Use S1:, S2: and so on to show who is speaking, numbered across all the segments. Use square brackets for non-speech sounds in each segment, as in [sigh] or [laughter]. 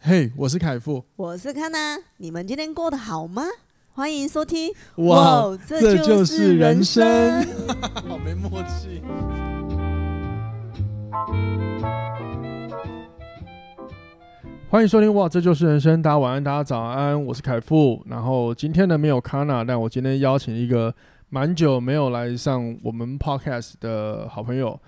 S1: 嘿、我是凯富，
S2: 我是康娜，你们今天过得好吗？欢迎收听，
S1: 哇，
S2: 哇哦这
S1: 这
S2: 就
S1: 就是是
S2: 人
S1: 人生
S2: 生，
S1: 好没默契。欢迎收听哇，这就是人生。大家晚安，大家早安，我是凯富。然后今天呢没有康娜，但我今天邀请一个蛮久没有来上我们 podcast 的好朋友。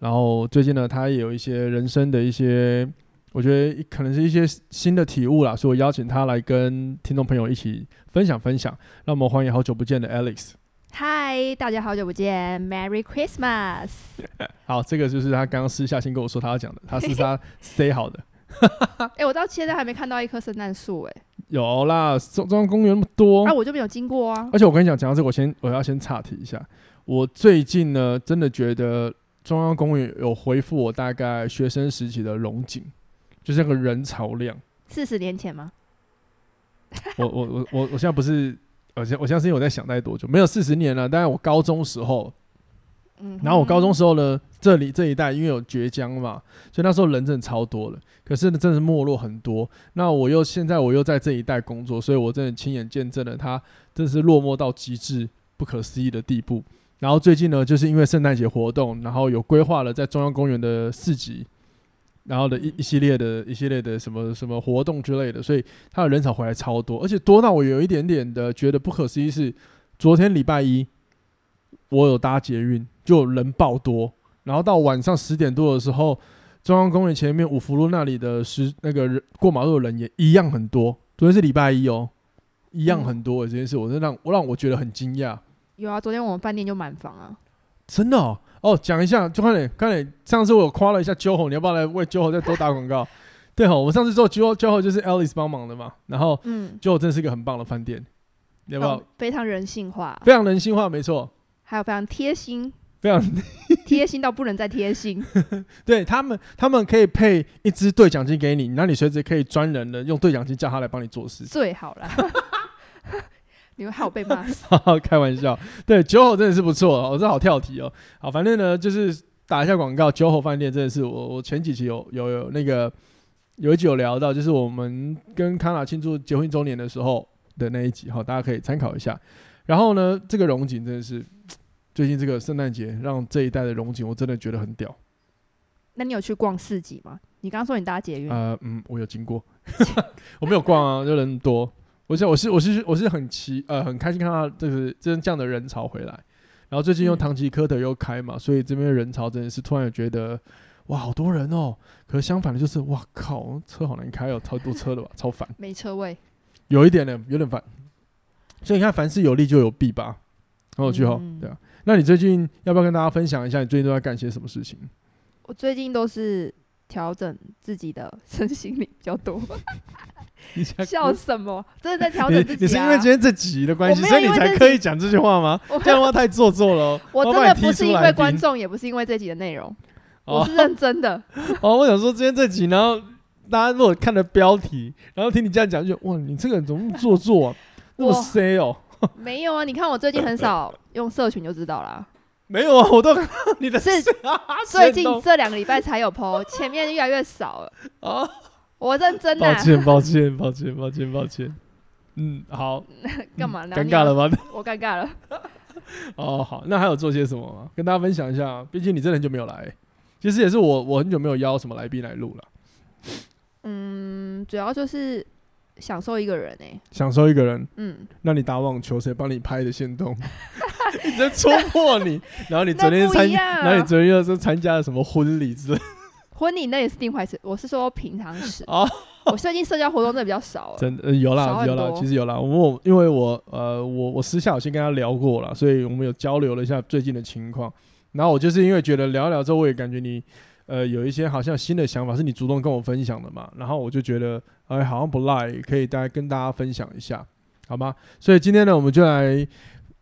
S1: 然后最近呢，他也有一些人生的一些，我觉得可能是一些新的体悟啦，所以我邀请他来跟听众朋友一起分享分享。让我们欢迎好久不见的 Alex。
S3: 嗨，大家好久不见，Merry Christmas！
S1: 好，这个就是他刚刚私下先跟我说他要讲的，他是他 [laughs] say 好的。啊
S3: 哎、我到现在还没看到一棵圣诞树，哎，
S1: 有啦，中中央公园那么多。
S3: 啊，我就没有经过啊。
S1: 而且我跟你讲，讲到这个，我先我要先岔题一下。我最近呢，真的觉得中央公园有恢复我大概学生时期的荣景，就是那个人潮量。
S3: 四十年前吗？
S1: 我我我我我现在不是，我现我现在是因为我在想待多久，没有四十年了。但是我高中时候，
S3: 嗯哼，
S1: 然后我高中时候呢，这里这一带因为有绝江嘛，所以那时候人真的超多了。可是呢，真的是没落很多。那我又现在我又在这一带工作，所以我真的亲眼见证了它，真是落寞到极致、不可思议的地步。然后最近呢，就是因为圣诞节活动，然后有规划了在中央公园的市集，然后的一一系列的一系列的什么什么活动之类的，所以它的人潮回来超多，而且多到我有一点点的觉得不可思议是。昨天礼拜一，我有搭捷运，就有人爆多，然后到晚上十点多的时候，中央公园前面五福路那里的十那个人过马路的人也一样很多。昨天是礼拜一哦，一样很多、这件事，我真的让我让我觉得很惊讶，
S3: 有啊，昨天我们饭店就满房啊。
S1: 真的哦。哦，讲一下，就快点，快点！上次我有夸了一下 Joho，你要不要来为 Joho 再多打广告？ [laughs] 对哦，我们上次做 Joho Joho 就是 Alice 帮忙的嘛，然后
S3: 嗯，
S1: Joho 真是一个很棒的饭店，你要不要？
S3: 哦非常人性化，
S1: 非常人性化，没错，
S3: 还有非常贴心，
S1: 非常
S3: [laughs] 贴心到不能再贴心。
S1: 对他们，他们可以配一支对讲机给你，那你随时可以专人的用对讲机叫他来帮你做事。
S3: 最好了。 [laughs] 你们害我被骂死。
S1: 开玩笑，对九吼真的是不错哦，这好跳题哦。好，反正呢就是打一下广告，九吼饭店真的是我我前几期有有有那个有一集有聊到，就是我们跟康纳庆祝结婚周年的时候的那一集哈、大家可以参考一下。然后呢，这个荣景真的是最近这个圣诞节让这一代的荣景，我真的觉得很屌。
S3: 那你有去逛市集吗？你刚刚说你搭捷运，
S1: 呃，嗯，我有经过， [laughs] 我没有逛啊，就人多。我想我是我是我是很奇呃很开心看到就是真这样的人潮回来，然后最近又
S3: 嗯
S1: 唐吉诃德又开嘛，所以这边的人潮真的是突然觉得哇好多人哦，可是相反的就是哇靠车好难开哦，超多车的吧，超烦，
S3: 没车位。
S1: 有一点呢有点烦。所以你看凡事有利就有弊吧，很有趣哦，
S3: 嗯
S1: 对啊。那你最近要不要跟大家分享一下你最近都在干些什么事情？
S3: 我最近都是调整自己的身心灵比较多。
S1: 你现在
S3: 笑什么？真的在调
S1: 你
S3: 整自己、啊
S1: 你是因为今天这集的关系，
S3: 我没有
S1: 所以你
S3: 因为
S1: 才
S3: 这
S1: 刻意讲这句话吗？ [laughs]
S3: 我
S1: 这样的话太做作了哦。
S3: 我
S1: 要
S3: 真
S1: 把
S3: 的
S1: 你
S3: 不
S1: 踢出
S3: 是因
S1: 来
S3: 为
S1: 宾
S3: 观众，也不是因为这集的内容，我
S1: 哦
S3: 是认
S1: [laughs]
S3: 真的。
S1: 哦，我想说今天这集，然后大家如果看了标题，然后听你这样讲，就哇，你这个人怎么那么做作
S3: [laughs]
S1: 啊，那么
S3: 我
S1: C 哦？
S3: 没有啊，你看我最近很少用社群就知道
S1: [laughs]
S3: 啦。
S1: 没有啊，我
S3: [laughs]
S1: 都看到你的
S3: 是
S1: 啊
S3: 最
S1: 线
S3: 近
S1: 动
S3: 这两个礼拜才有 PO，前 [laughs] 面越来越少了。
S1: 啊，
S3: 我认真啊的、
S1: 抱歉，抱歉，抱歉，抱歉，抱歉。嗯，好，
S3: 干嘛呢？
S1: 嗯尴尬了吧？ [laughs]
S3: 你，我尴尬了。
S1: 哦，好，那还有做些什么吗？跟大家分享一下，毕竟你真的很久没有来，其实也是我我很久没有邀什么来宾来录了，
S3: 嗯，主要就是享受一个人哎、
S1: 享受一个人
S3: 嗯，
S1: 让你打网球，谁帮你拍的线动？ [laughs] 一直在戳破你， [laughs] 然后你昨天
S3: 那不
S1: 参，
S3: 一样
S1: 然后你昨天又是参加了什么婚礼之类的，
S3: 婚礼那也是另外一回事。我是说平常时，
S1: 哦
S3: 我最近社交活动真的比较少了。
S1: 真的、呃有
S3: 少
S1: 啦
S3: 很
S1: 有啦，
S3: 多
S1: 其实有啦。我因为我呃我我私下有先跟他聊过了，所以我们有交流了一下最近的情况。然后我就是因为觉得聊一聊之后，我也感觉你呃有一些好像新的想法是你主动跟我分享的嘛，然后我就觉得哎好像不赖，可以大家跟大家分享一下，好吗？所以今天呢，我们就来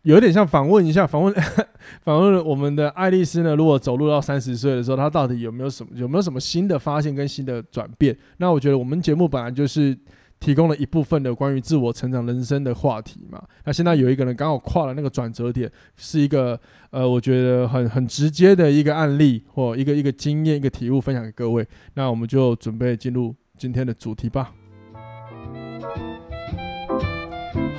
S1: 有点像访问一下，访问 [laughs] 访问我们的爱丽丝呢，如果走路到三十岁的时候，她到底有没有什么有没有什么新的发现跟新的转变？那我觉得我们节目本来就是提供了一部分的关于自我成长、人生的话题嘛。那现在有一个人刚好跨了那个转折点，是一个呃，我觉得很很直接的一个案例或一个一个经验、一个体悟分享给各位。那我们就准备进入今天的主题吧。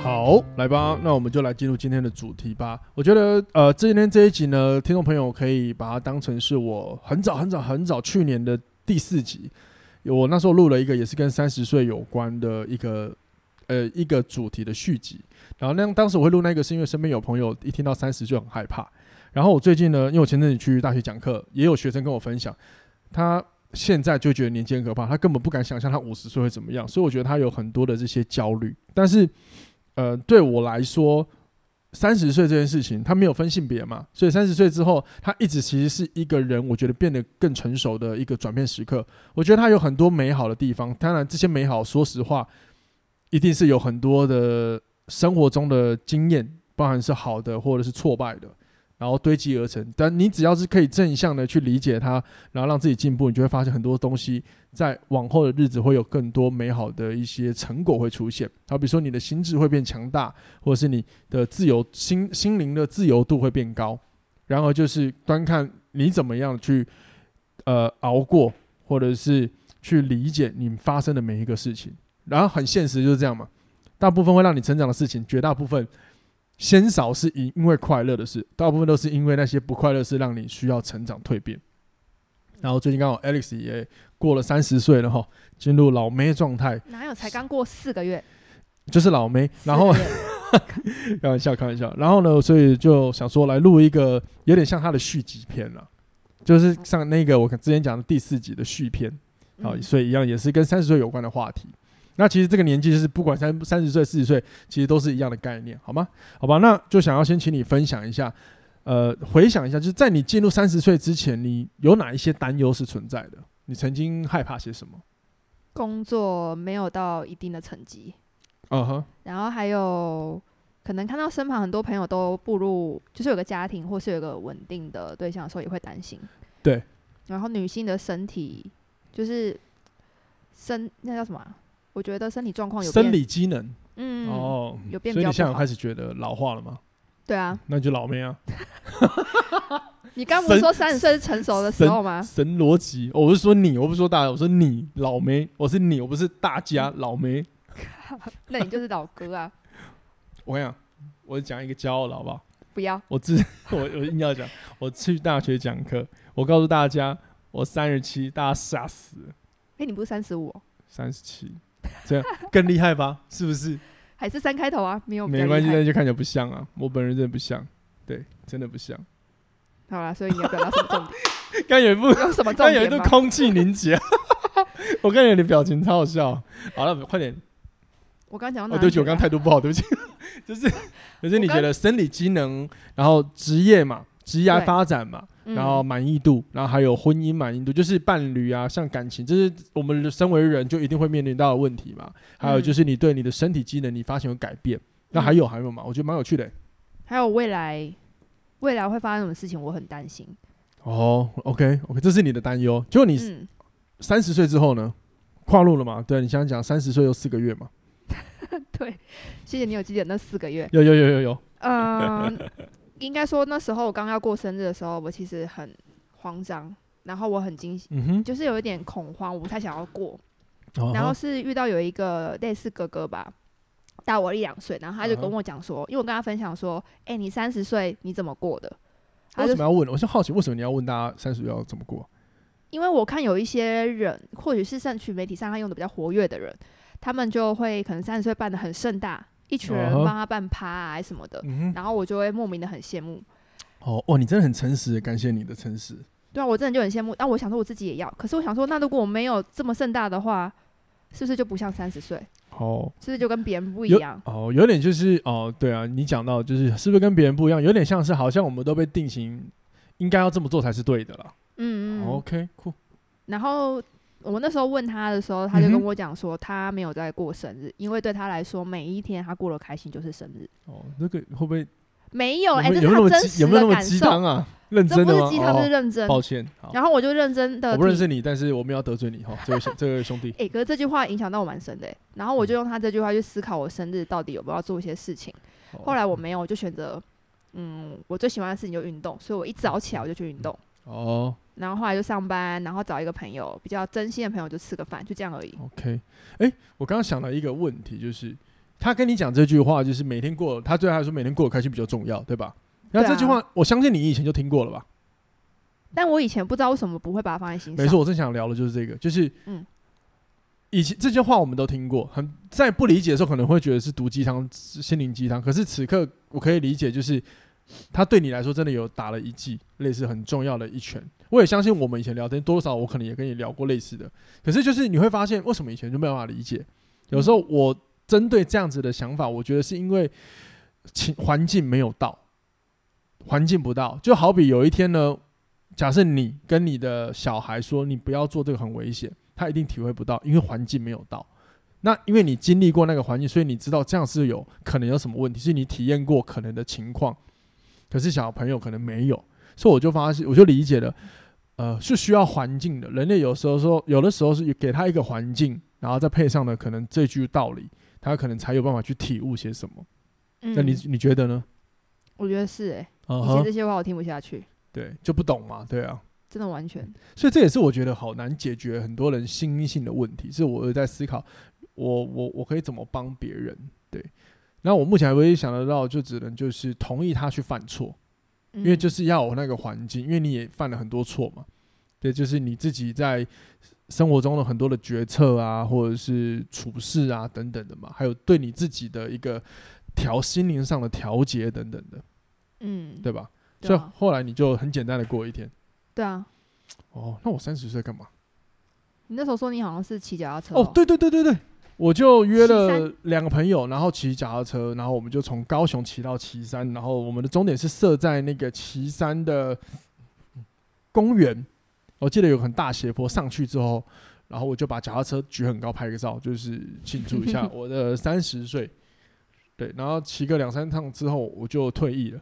S1: 好，来吧，那我们就来进入今天的主题吧。我觉得，呃，今天这一集呢，听众朋友可以把它当成是我很早很早很早去年的第四集，我那时候录了一个也是跟三十岁有关的一个呃一个主题的续集。然后那当时我会录那个，是因为身边有朋友一听到三十就很害怕。然后我最近呢，因为我前阵子去大学讲课，也有学生跟我分享，他现在就觉得年纪很可怕，他根本不敢想象他五十岁会怎么样，所以我觉得他有很多的这些焦虑。但是，呃，对我来说，三十岁这件事情，他没有分性别嘛，所以三十岁之后，他一直其实是一个人，我觉得变得更成熟的一个转变时刻。我觉得他有很多美好的地方，当然这些美好，说实话，一定是有很多的生活中的经验，包含是好的或者是挫败的。然后堆积而成。但你只要是可以正向的去理解它，然后让自己进步，你就会发现很多东西在往后的日子会有更多美好的一些成果会出现。好，比如说你的心智会变强大，或者是你的自由心心灵的自由度会变高。然后就是端看你怎么样去呃熬过，或者是去理解你发生的每一个事情。然后很现实就是这样嘛，大部分会让你成长的事情，绝大部分鲜少是因因为快乐的事，大部分都是因为那些不快乐的事让你需要成长蜕变。然后最近刚好 Alex 也过了三十岁了哈，进入老妹状态，
S3: 哪有才刚过四个月？
S1: 就是老妹。然后
S3: 四个月
S1: 开玩笑，开玩笑。然后呢，所以就想说来录一个有点像他的续集篇了，就是像那个我之前讲的第四集的续篇。好，
S3: 嗯
S1: 所以一样也是跟三十岁有关的话题。那其实这个年纪就是不管三三十岁、四十岁，其实都是一样的概念，好吗？好吧，那就想要先请你分享一下，呃，回想一下，就是在你进入三十岁之前，你有哪一些担忧是存在的？你曾经害怕些什么？
S3: 工作没有到一定的成绩，
S1: 啊哈，
S3: 然后还有可能看到身旁很多朋友都步入，就是有个家庭或是有个稳定的对象的时候，也会担心。
S1: 对。
S3: 然后女性的身体就是身那叫什么啊、我觉得身体状况哦有变
S1: 生理机能、
S3: 嗯，
S1: 哦，
S3: 有变
S1: 所
S3: 比
S1: 以
S3: 较
S1: 你现在有
S3: 不好
S1: 开。始觉得老化了吗？
S3: 对啊，
S1: 那你就老妹啊，
S3: 你刚不是
S1: 神
S3: 说三十岁是成熟的时候吗？
S1: 神逻辑、哦我是说你，我不是说大家，我说你老妹，我是你，我不是大
S3: 嗯
S1: 家老妹。
S3: 那你就是老哥啊！
S1: 我跟你讲，我讲一个骄傲的好不好？
S3: 不要，
S1: 我之 [laughs] 我我硬要讲，我去大学讲课，我告诉大家，我三十七，大家吓死了，
S3: 哎，你不是三十五，
S1: 三十七，这
S3: [laughs]
S1: 样更厉害吧？是不是？
S3: 还是三开头啊？没有比较
S1: 没关系，
S3: 厉害
S1: 那就看起来不像啊，我本人真的不像，对，真的不
S3: [laughs]
S1: 像。
S3: 好啦，所以你要表达什么重
S1: [laughs]
S3: 点？
S1: 刚有一部，
S3: 有什么重
S1: 刚有一
S3: 点
S1: 度
S3: 吗？
S1: 哎空气凝结， [laughs] 我看你的表情超好笑。好了，快点，
S3: 我刚讲到
S1: 哦，
S3: 哪
S1: 对不
S3: 里啊
S1: 起，我
S3: 了？
S1: 刚态度不好，对不起， [laughs]
S3: [laughs]
S1: 就是就是你
S3: 我刚
S1: 觉得生理机能，然后职业嘛，职业
S3: 对
S1: 发展嘛，
S3: 嗯
S1: 然后满意度，然后还有婚姻满意度，就是伴侣啊，像感情，这是我们身为人就一定会面临到的问题嘛。还
S3: 嗯
S1: 有就是你对你的身体机能，你发现有改变。那还有还
S3: 嗯
S1: 有嘛？我觉得蛮有趣的、
S3: 还有未来，未来会发生什么事情，我很担心。
S1: 哦，OK OK，这是你的担忧。结果你
S3: 嗯， [laughs]
S1: 三十岁之后呢，跨入了嘛？对，你想讲三十岁有四个月嘛？
S3: 对，谢谢你有记得那四个月。
S1: 有有有有有， [laughs]
S3: 嗯，应该说那时候我刚要过生日的时候，我其实很慌张，然后我很惊喜，
S1: 嗯哼。
S3: 就是有一点恐慌，我不太想要过。
S1: 哦
S3: 然后是遇到有一个类似哥哥吧，大我一两岁，然后他就跟我讲说，因为我跟他分享说，哎、你三十岁你怎么过的？他
S1: 为
S3: 就
S1: 什么要问？我就好奇为什么你要问大家三十要怎么过？
S3: 因为我看有一些人，或许是社群媒体上他用的比较活跃的人，他们就会可能三十岁办的很盛大，一群人
S1: 嗯哼
S3: 帮他办趴啊什么的，
S1: 嗯哼，
S3: 然后我就会莫名的很羡慕。
S1: 哦哇，你真的很诚实，感谢你的诚实。
S3: 对啊，我真的就很羡慕。但我想说我自己也要，可是我想说，那如果我没有这么盛大的话，是不是就不像三十岁？
S1: 好，
S3: 是不是就跟别人不一
S1: 哦有
S3: 样？
S1: 哦，有点就是哦，对啊，你讲到就是是不是跟别人不一样，有点像是好像我们都被定型，应该要这么做才是对的啦。
S3: 嗯嗯。嗯
S1: OK，酷，
S3: 然后我们那时候问他的时候，他就
S1: 嗯
S3: 跟
S1: 哼
S3: 我讲说，他没有在过生日，因为对他来说，每一天他过得开心就是生日。
S1: 哦，这个会不会
S3: 没有，哎、
S1: 有没
S3: 这
S1: 有
S3: 是
S1: 那
S3: 他
S1: 么
S3: 真
S1: 鸡
S3: 实
S1: 有没有
S3: 的
S1: 那么
S3: 感
S1: 鸡
S3: 受。
S1: 汤啊？认
S3: 这
S1: 真
S3: 不
S1: 的吗
S3: 是？鸡汤，这是
S1: 哦，
S3: 认真。
S1: 抱歉，好，
S3: 然后我就认真的，
S1: 我不认识你，但是我没有要得罪你哈，这位先这位兄弟。
S3: 哎、可是这句话影响到我蛮深的、欸。然后我
S1: 嗯
S3: 就用他这句话去思考我生日到底有没有要做一些事情。
S1: 哦
S3: [laughs] 后来我嗯没有，我就选择，嗯，我最喜欢的事情就运动，所以我一早起来我就去运动。
S1: 哦，
S3: 然后后来就上班，然后找一个朋友，比较真心的朋友就吃个饭，就这样而已。
S1: OK，哎、我刚刚想了一个问题，就是他跟你讲这句话，就是每天过，他对他来说每天过得开心比较重要，对吧？那
S3: 对啊
S1: 这句话，我相信你以前就听过了吧？
S3: 但我以前不知道为什么不会把它放在心上。
S1: 没错，，我正想聊的就是这个，就是
S3: 嗯
S1: 以前这些话我们都听过，很在不理解的时候可能会觉得是毒鸡汤、心灵鸡汤，可是此刻我可以理解，就是他对你来说真的有打了一记，类似很重要的一拳。我也相信我们以前聊天多少，我可能也跟你聊过类似的，可是就是你会发现，为什么以前就没有办法理
S3: 嗯
S1: 解？有时候我针对这样子的想法，我觉得是因为情环境没有到，环境不到，就好比有一天呢，假设你跟你的小孩说你不要做这个很危险，他一定体会不到，因为环境没有到。那因为你经历过那个环境，所以你知道这样是有可能有什么问题，是你体验过可能的情况。可是小朋友可能没有，所以我就发现，我就理解了，呃，是需要环境的。人类有时候说，有的时候是给他一个环境，然后再配上了可能这句道理，他可能才有办法去体悟些什么。
S3: 嗯
S1: 那你你觉得呢？
S3: 我觉得是哎、
S1: 嗯
S3: 以前这些话我听不下去，
S1: 对，就不懂嘛，对啊。
S3: 真的完全。
S1: 所以这也是我觉得好难解决很多人心性的问题，是我有在思考，我我我可以怎么帮别人？对，那我目前唯一想得到，就只能就是同意他去犯错，
S3: 因
S1: 因为
S3: 嗯
S1: 就是要有那个环境，因为你也犯了很多错嘛，对，就是你自己在生活中的很多的决策啊，或者是处事啊等等的嘛，还有对你自己的一个调心灵上的调节等等的，
S3: 嗯，
S1: 对吧？所
S3: 对
S1: 以
S3: 啊，
S1: 后来你就很简单的过一天。
S3: 对啊。
S1: 哦，那我三十岁干嘛？
S3: 你那时候说你好像是骑脚踏车、
S1: 哦，，对对对对对，我就约了
S3: 旗
S1: 两个朋友，然后骑脚踏车，然后我们就从高雄骑到旗山，然后我们的终点是设在那个旗山的公园。我记得有个很大斜坡，上去之后，然后我就把脚踏车举很高拍个照，就是庆祝一下我的三十岁。对，然后骑个两三趟之后，我就退役了。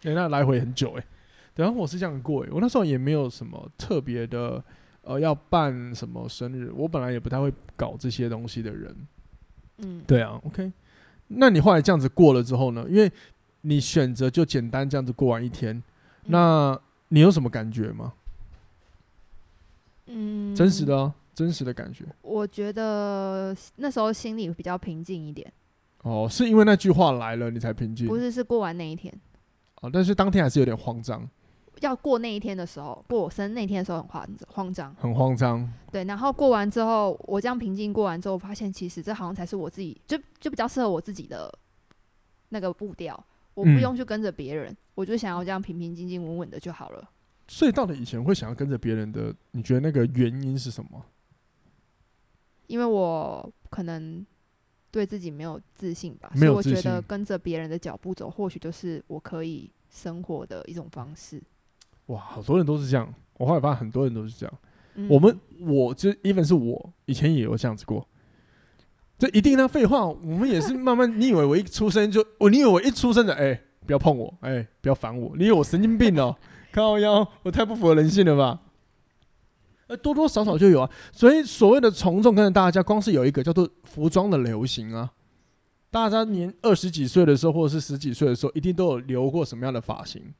S1: 对，那来回很久哎、欸。对然后我是这样过哎、我那时候也没有什么特别的，呃，要办什么生日，我本来也不太会搞这些东西的人。
S3: 嗯，
S1: 对啊，OK。那你后来这样子过了之后呢？因为你选择就简单这样子过完一天，那你有什么感觉吗？
S3: 嗯，
S1: 真实的、啊，真实的感觉。
S3: 我觉得那时候心里比较平静一点，
S1: 哦，是因为那句话来了你才平静
S3: 不是是过完那一天，
S1: 哦，但是当天还是有点慌张，
S3: 要过那一天的时候，过我生日那天的时候很慌慌张，
S1: 很慌张。
S3: 对，然后过完之后，我这样平静过完之后，我发现其实这好像才是我自己，就就比较适合我自己的那个步调，我不
S1: 嗯
S3: 用去跟着别人，我就想要这样平平静静、稳稳的就好了。
S1: 所以到底以前会想要跟着别人的，你觉得那个原因是什么？
S3: 因为我可能对自己没有自信吧，
S1: 没有
S3: 所以
S1: 自
S3: 我觉得
S1: 信
S3: 跟着别人的脚步走，或许就是我可以生活的一种方式。
S1: 哇，好多人都是这样。我后来发现很多人都是这样。
S3: 嗯
S1: 我们我就 even 是我以前也有这样子过，这一定那废话，我们也是慢慢。你以为我一出生就我，你以为我一出生的哎、不要碰我，哎、不要烦我，你以为我神经病哦、 [laughs] 靠腰，我太不符合人性了吧？呃，多多少少就有啊。所以所谓的从众跟着大家，光是有一个叫做服装的流行啊。大家年二十几岁的时候，或者是十几岁的时候，一定都有留过什么样的发型，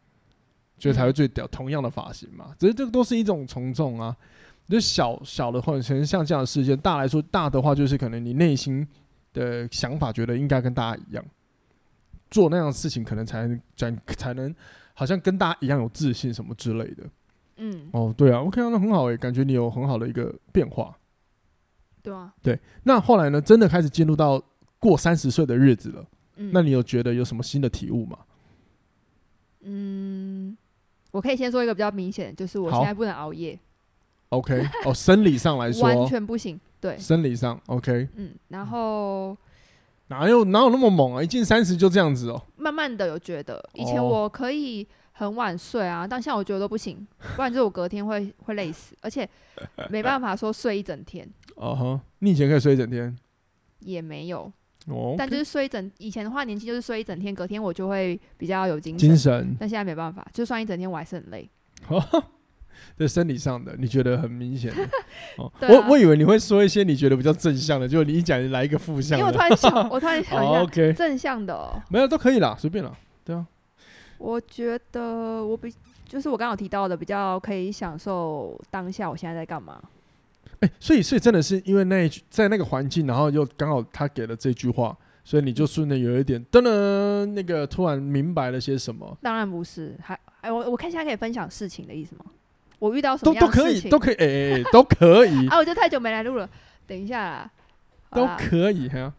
S1: 所以才会最屌。同样的发型嘛，只是这个都是一种从众啊。就小小的话，可能像这样的事件；大来说，大的话就是可能你内心的想法觉得应该跟大家一样，做那样的事情，可能才能才才能好像跟大家一样有自信什么之类的。
S3: 嗯，
S1: 哦，对啊，OK 啊，那很好诶、感觉你有很好的一个变化。
S3: 对啊，
S1: 那后来呢，真的开始进入到过三十岁的日子了，
S3: 嗯，
S1: 那你有觉得有什么新的体悟吗？
S3: 嗯，我可以先说一个比较明显的，就是我
S1: 好
S3: 现在不能熬夜，
S1: OK，哦，
S3: [laughs]
S1: 生理上来
S3: 完
S1: 说，
S3: 全不行。对，
S1: 生理上 OK，
S3: 嗯，然后
S1: 哪有哪有那么猛啊？一进三十就这样子哦。
S3: 慢慢的有觉得，以前
S1: 哦
S3: 我可以很晚睡啊，但现在我觉得都不行，不然就是我隔
S1: [laughs]
S3: 天会会累死，而且没办法说睡一整天
S1: 哦哼，你以前可以睡一整天
S3: 也没有，
S1: 哦，
S3: 但就是睡一整，以前的话年轻就是睡一整天，隔天我就会比较有精
S1: 精
S3: 神，
S1: 神
S3: 但现在没办法，就算一整天我还是很累。
S1: 对生理上的，你觉得很明显
S3: [laughs]
S1: 的。哦，
S3: 对啊
S1: 我我以为你会说一些你觉得比较正向的，结果你一讲来一个负
S3: 因
S1: 向
S3: 为我突
S1: 的。
S3: 然想，我突然想
S1: [laughs]
S3: 一
S1: 哦
S3: 下，
S1: OK，
S3: 正向的哦、
S1: 没有都可以啦，随便啦。
S3: 我觉得我比就是我刚刚有提到的，比较可以享受当下我现在在干嘛。
S1: 哎、所以所以真的是因为那一句在那个环境，然后又刚好他给了这句话，所以你就
S3: 嗯
S1: 顺着有一点噔噔，那个突然明白了些什么，
S3: 当然不是，还哎，我我看现在可以分享事情的意思吗？我遇到什
S1: 都
S3: 么
S1: 都
S3: 样的
S1: 可
S3: 事
S1: 以，
S3: 情？
S1: 都可以，哎、哎哎都可以，
S3: [laughs] 啊，我就太久没来录了，等一下啦。好
S1: 都
S3: 啦
S1: 可以，哈、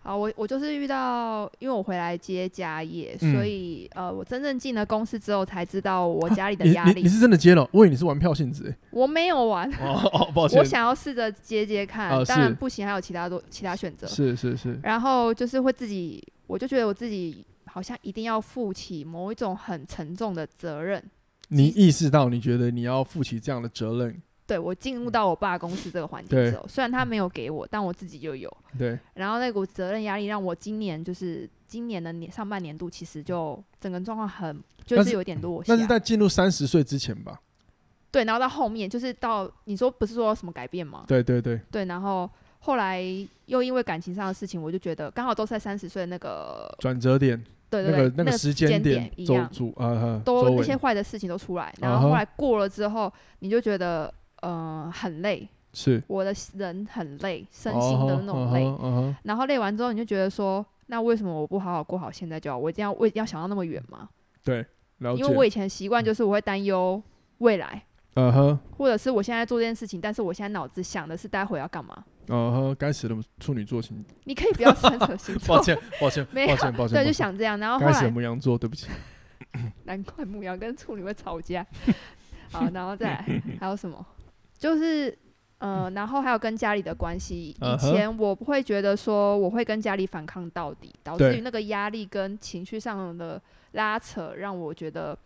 S3: 好，我我就是遇到，因为我回来接家业，
S1: 嗯
S3: 所以呃，我真正进了公司之后才知道我家里的
S1: 啊你
S3: 压
S1: 你
S3: 力。
S1: 你是真的接了？我以为你是玩票性质、哎
S3: 我没有玩，
S1: 哦哦，抱歉
S3: 我，想要试着接接看，
S1: 啊
S3: 当
S1: 是
S3: 然不行，还有其他多其他选择。
S1: 是是是，
S3: 然后就是会自己，我就觉得我自己好像一定要负起某一种很沉重的责任。
S1: 你意识到你觉得你要负起这样的责任，
S3: 对我进入到我爸公司这个环境
S1: 嗯对嗯
S3: 之后，虽然他没有给我，但我自己就有。
S1: 对，
S3: 然后那股责任压力让我今年就是今年的年上半年度，其实就整个状况很就
S1: 但
S3: 是
S1: 是
S3: 有点落下
S1: 那。是在进入三十岁之前吧？
S3: 对，然后到后面就是到你说不是说什么改变吗？
S1: 对对对，
S3: 对，然后后来又因为感情上的事情，我就觉得刚好都在三十岁的那个
S1: 转折点，
S3: 对
S1: 那
S3: 对对、
S1: 个
S3: 那
S1: 个时间
S3: 点
S1: 点
S3: 一
S1: 周
S3: 样，
S1: 主啊啊，
S3: 都
S1: 周
S3: 那
S1: 围
S3: 些坏的事情都出来，
S1: 啊
S3: 然
S1: 哈
S3: 后后来过了之后，你就觉得呃很累，
S1: 是
S3: 我的人很累，身心的那种
S1: 嗯
S3: 累，
S1: 哼嗯哼嗯哼
S3: 然后累完之后，你就觉得说，那为什么我不好好过好现在就好？我一定要我一定要想到那么远吗？
S1: 了解，
S3: 因为我以前的习惯就是我会担忧未来，
S1: 嗯哼
S3: 或者是我现在做这件事情，但是我现在脑子想的是待会要干嘛。
S1: 嗯哼，该死的处女座
S3: [laughs]
S1: 请，
S3: 你可以不要
S1: [laughs]
S3: 牵扯星座
S1: 抱，歉抱歉
S3: 哦 [laughs] 没有
S1: 抱歉抱歉，
S3: 对，
S1: 抱
S3: 就
S1: 歉
S3: 想这样。然后后
S1: 该死的
S3: 来
S1: 母羊座，对不起，
S3: 难怪牧羊跟处女会
S1: [laughs]
S3: 吵架。好，然后再来还有什么？就是呃，然后还有跟家里的关系。以
S1: 嗯哼
S3: 前我不会觉得说我会跟家里反抗到底，导
S1: 对
S3: 致于那个压力跟情绪上的拉扯，让我觉得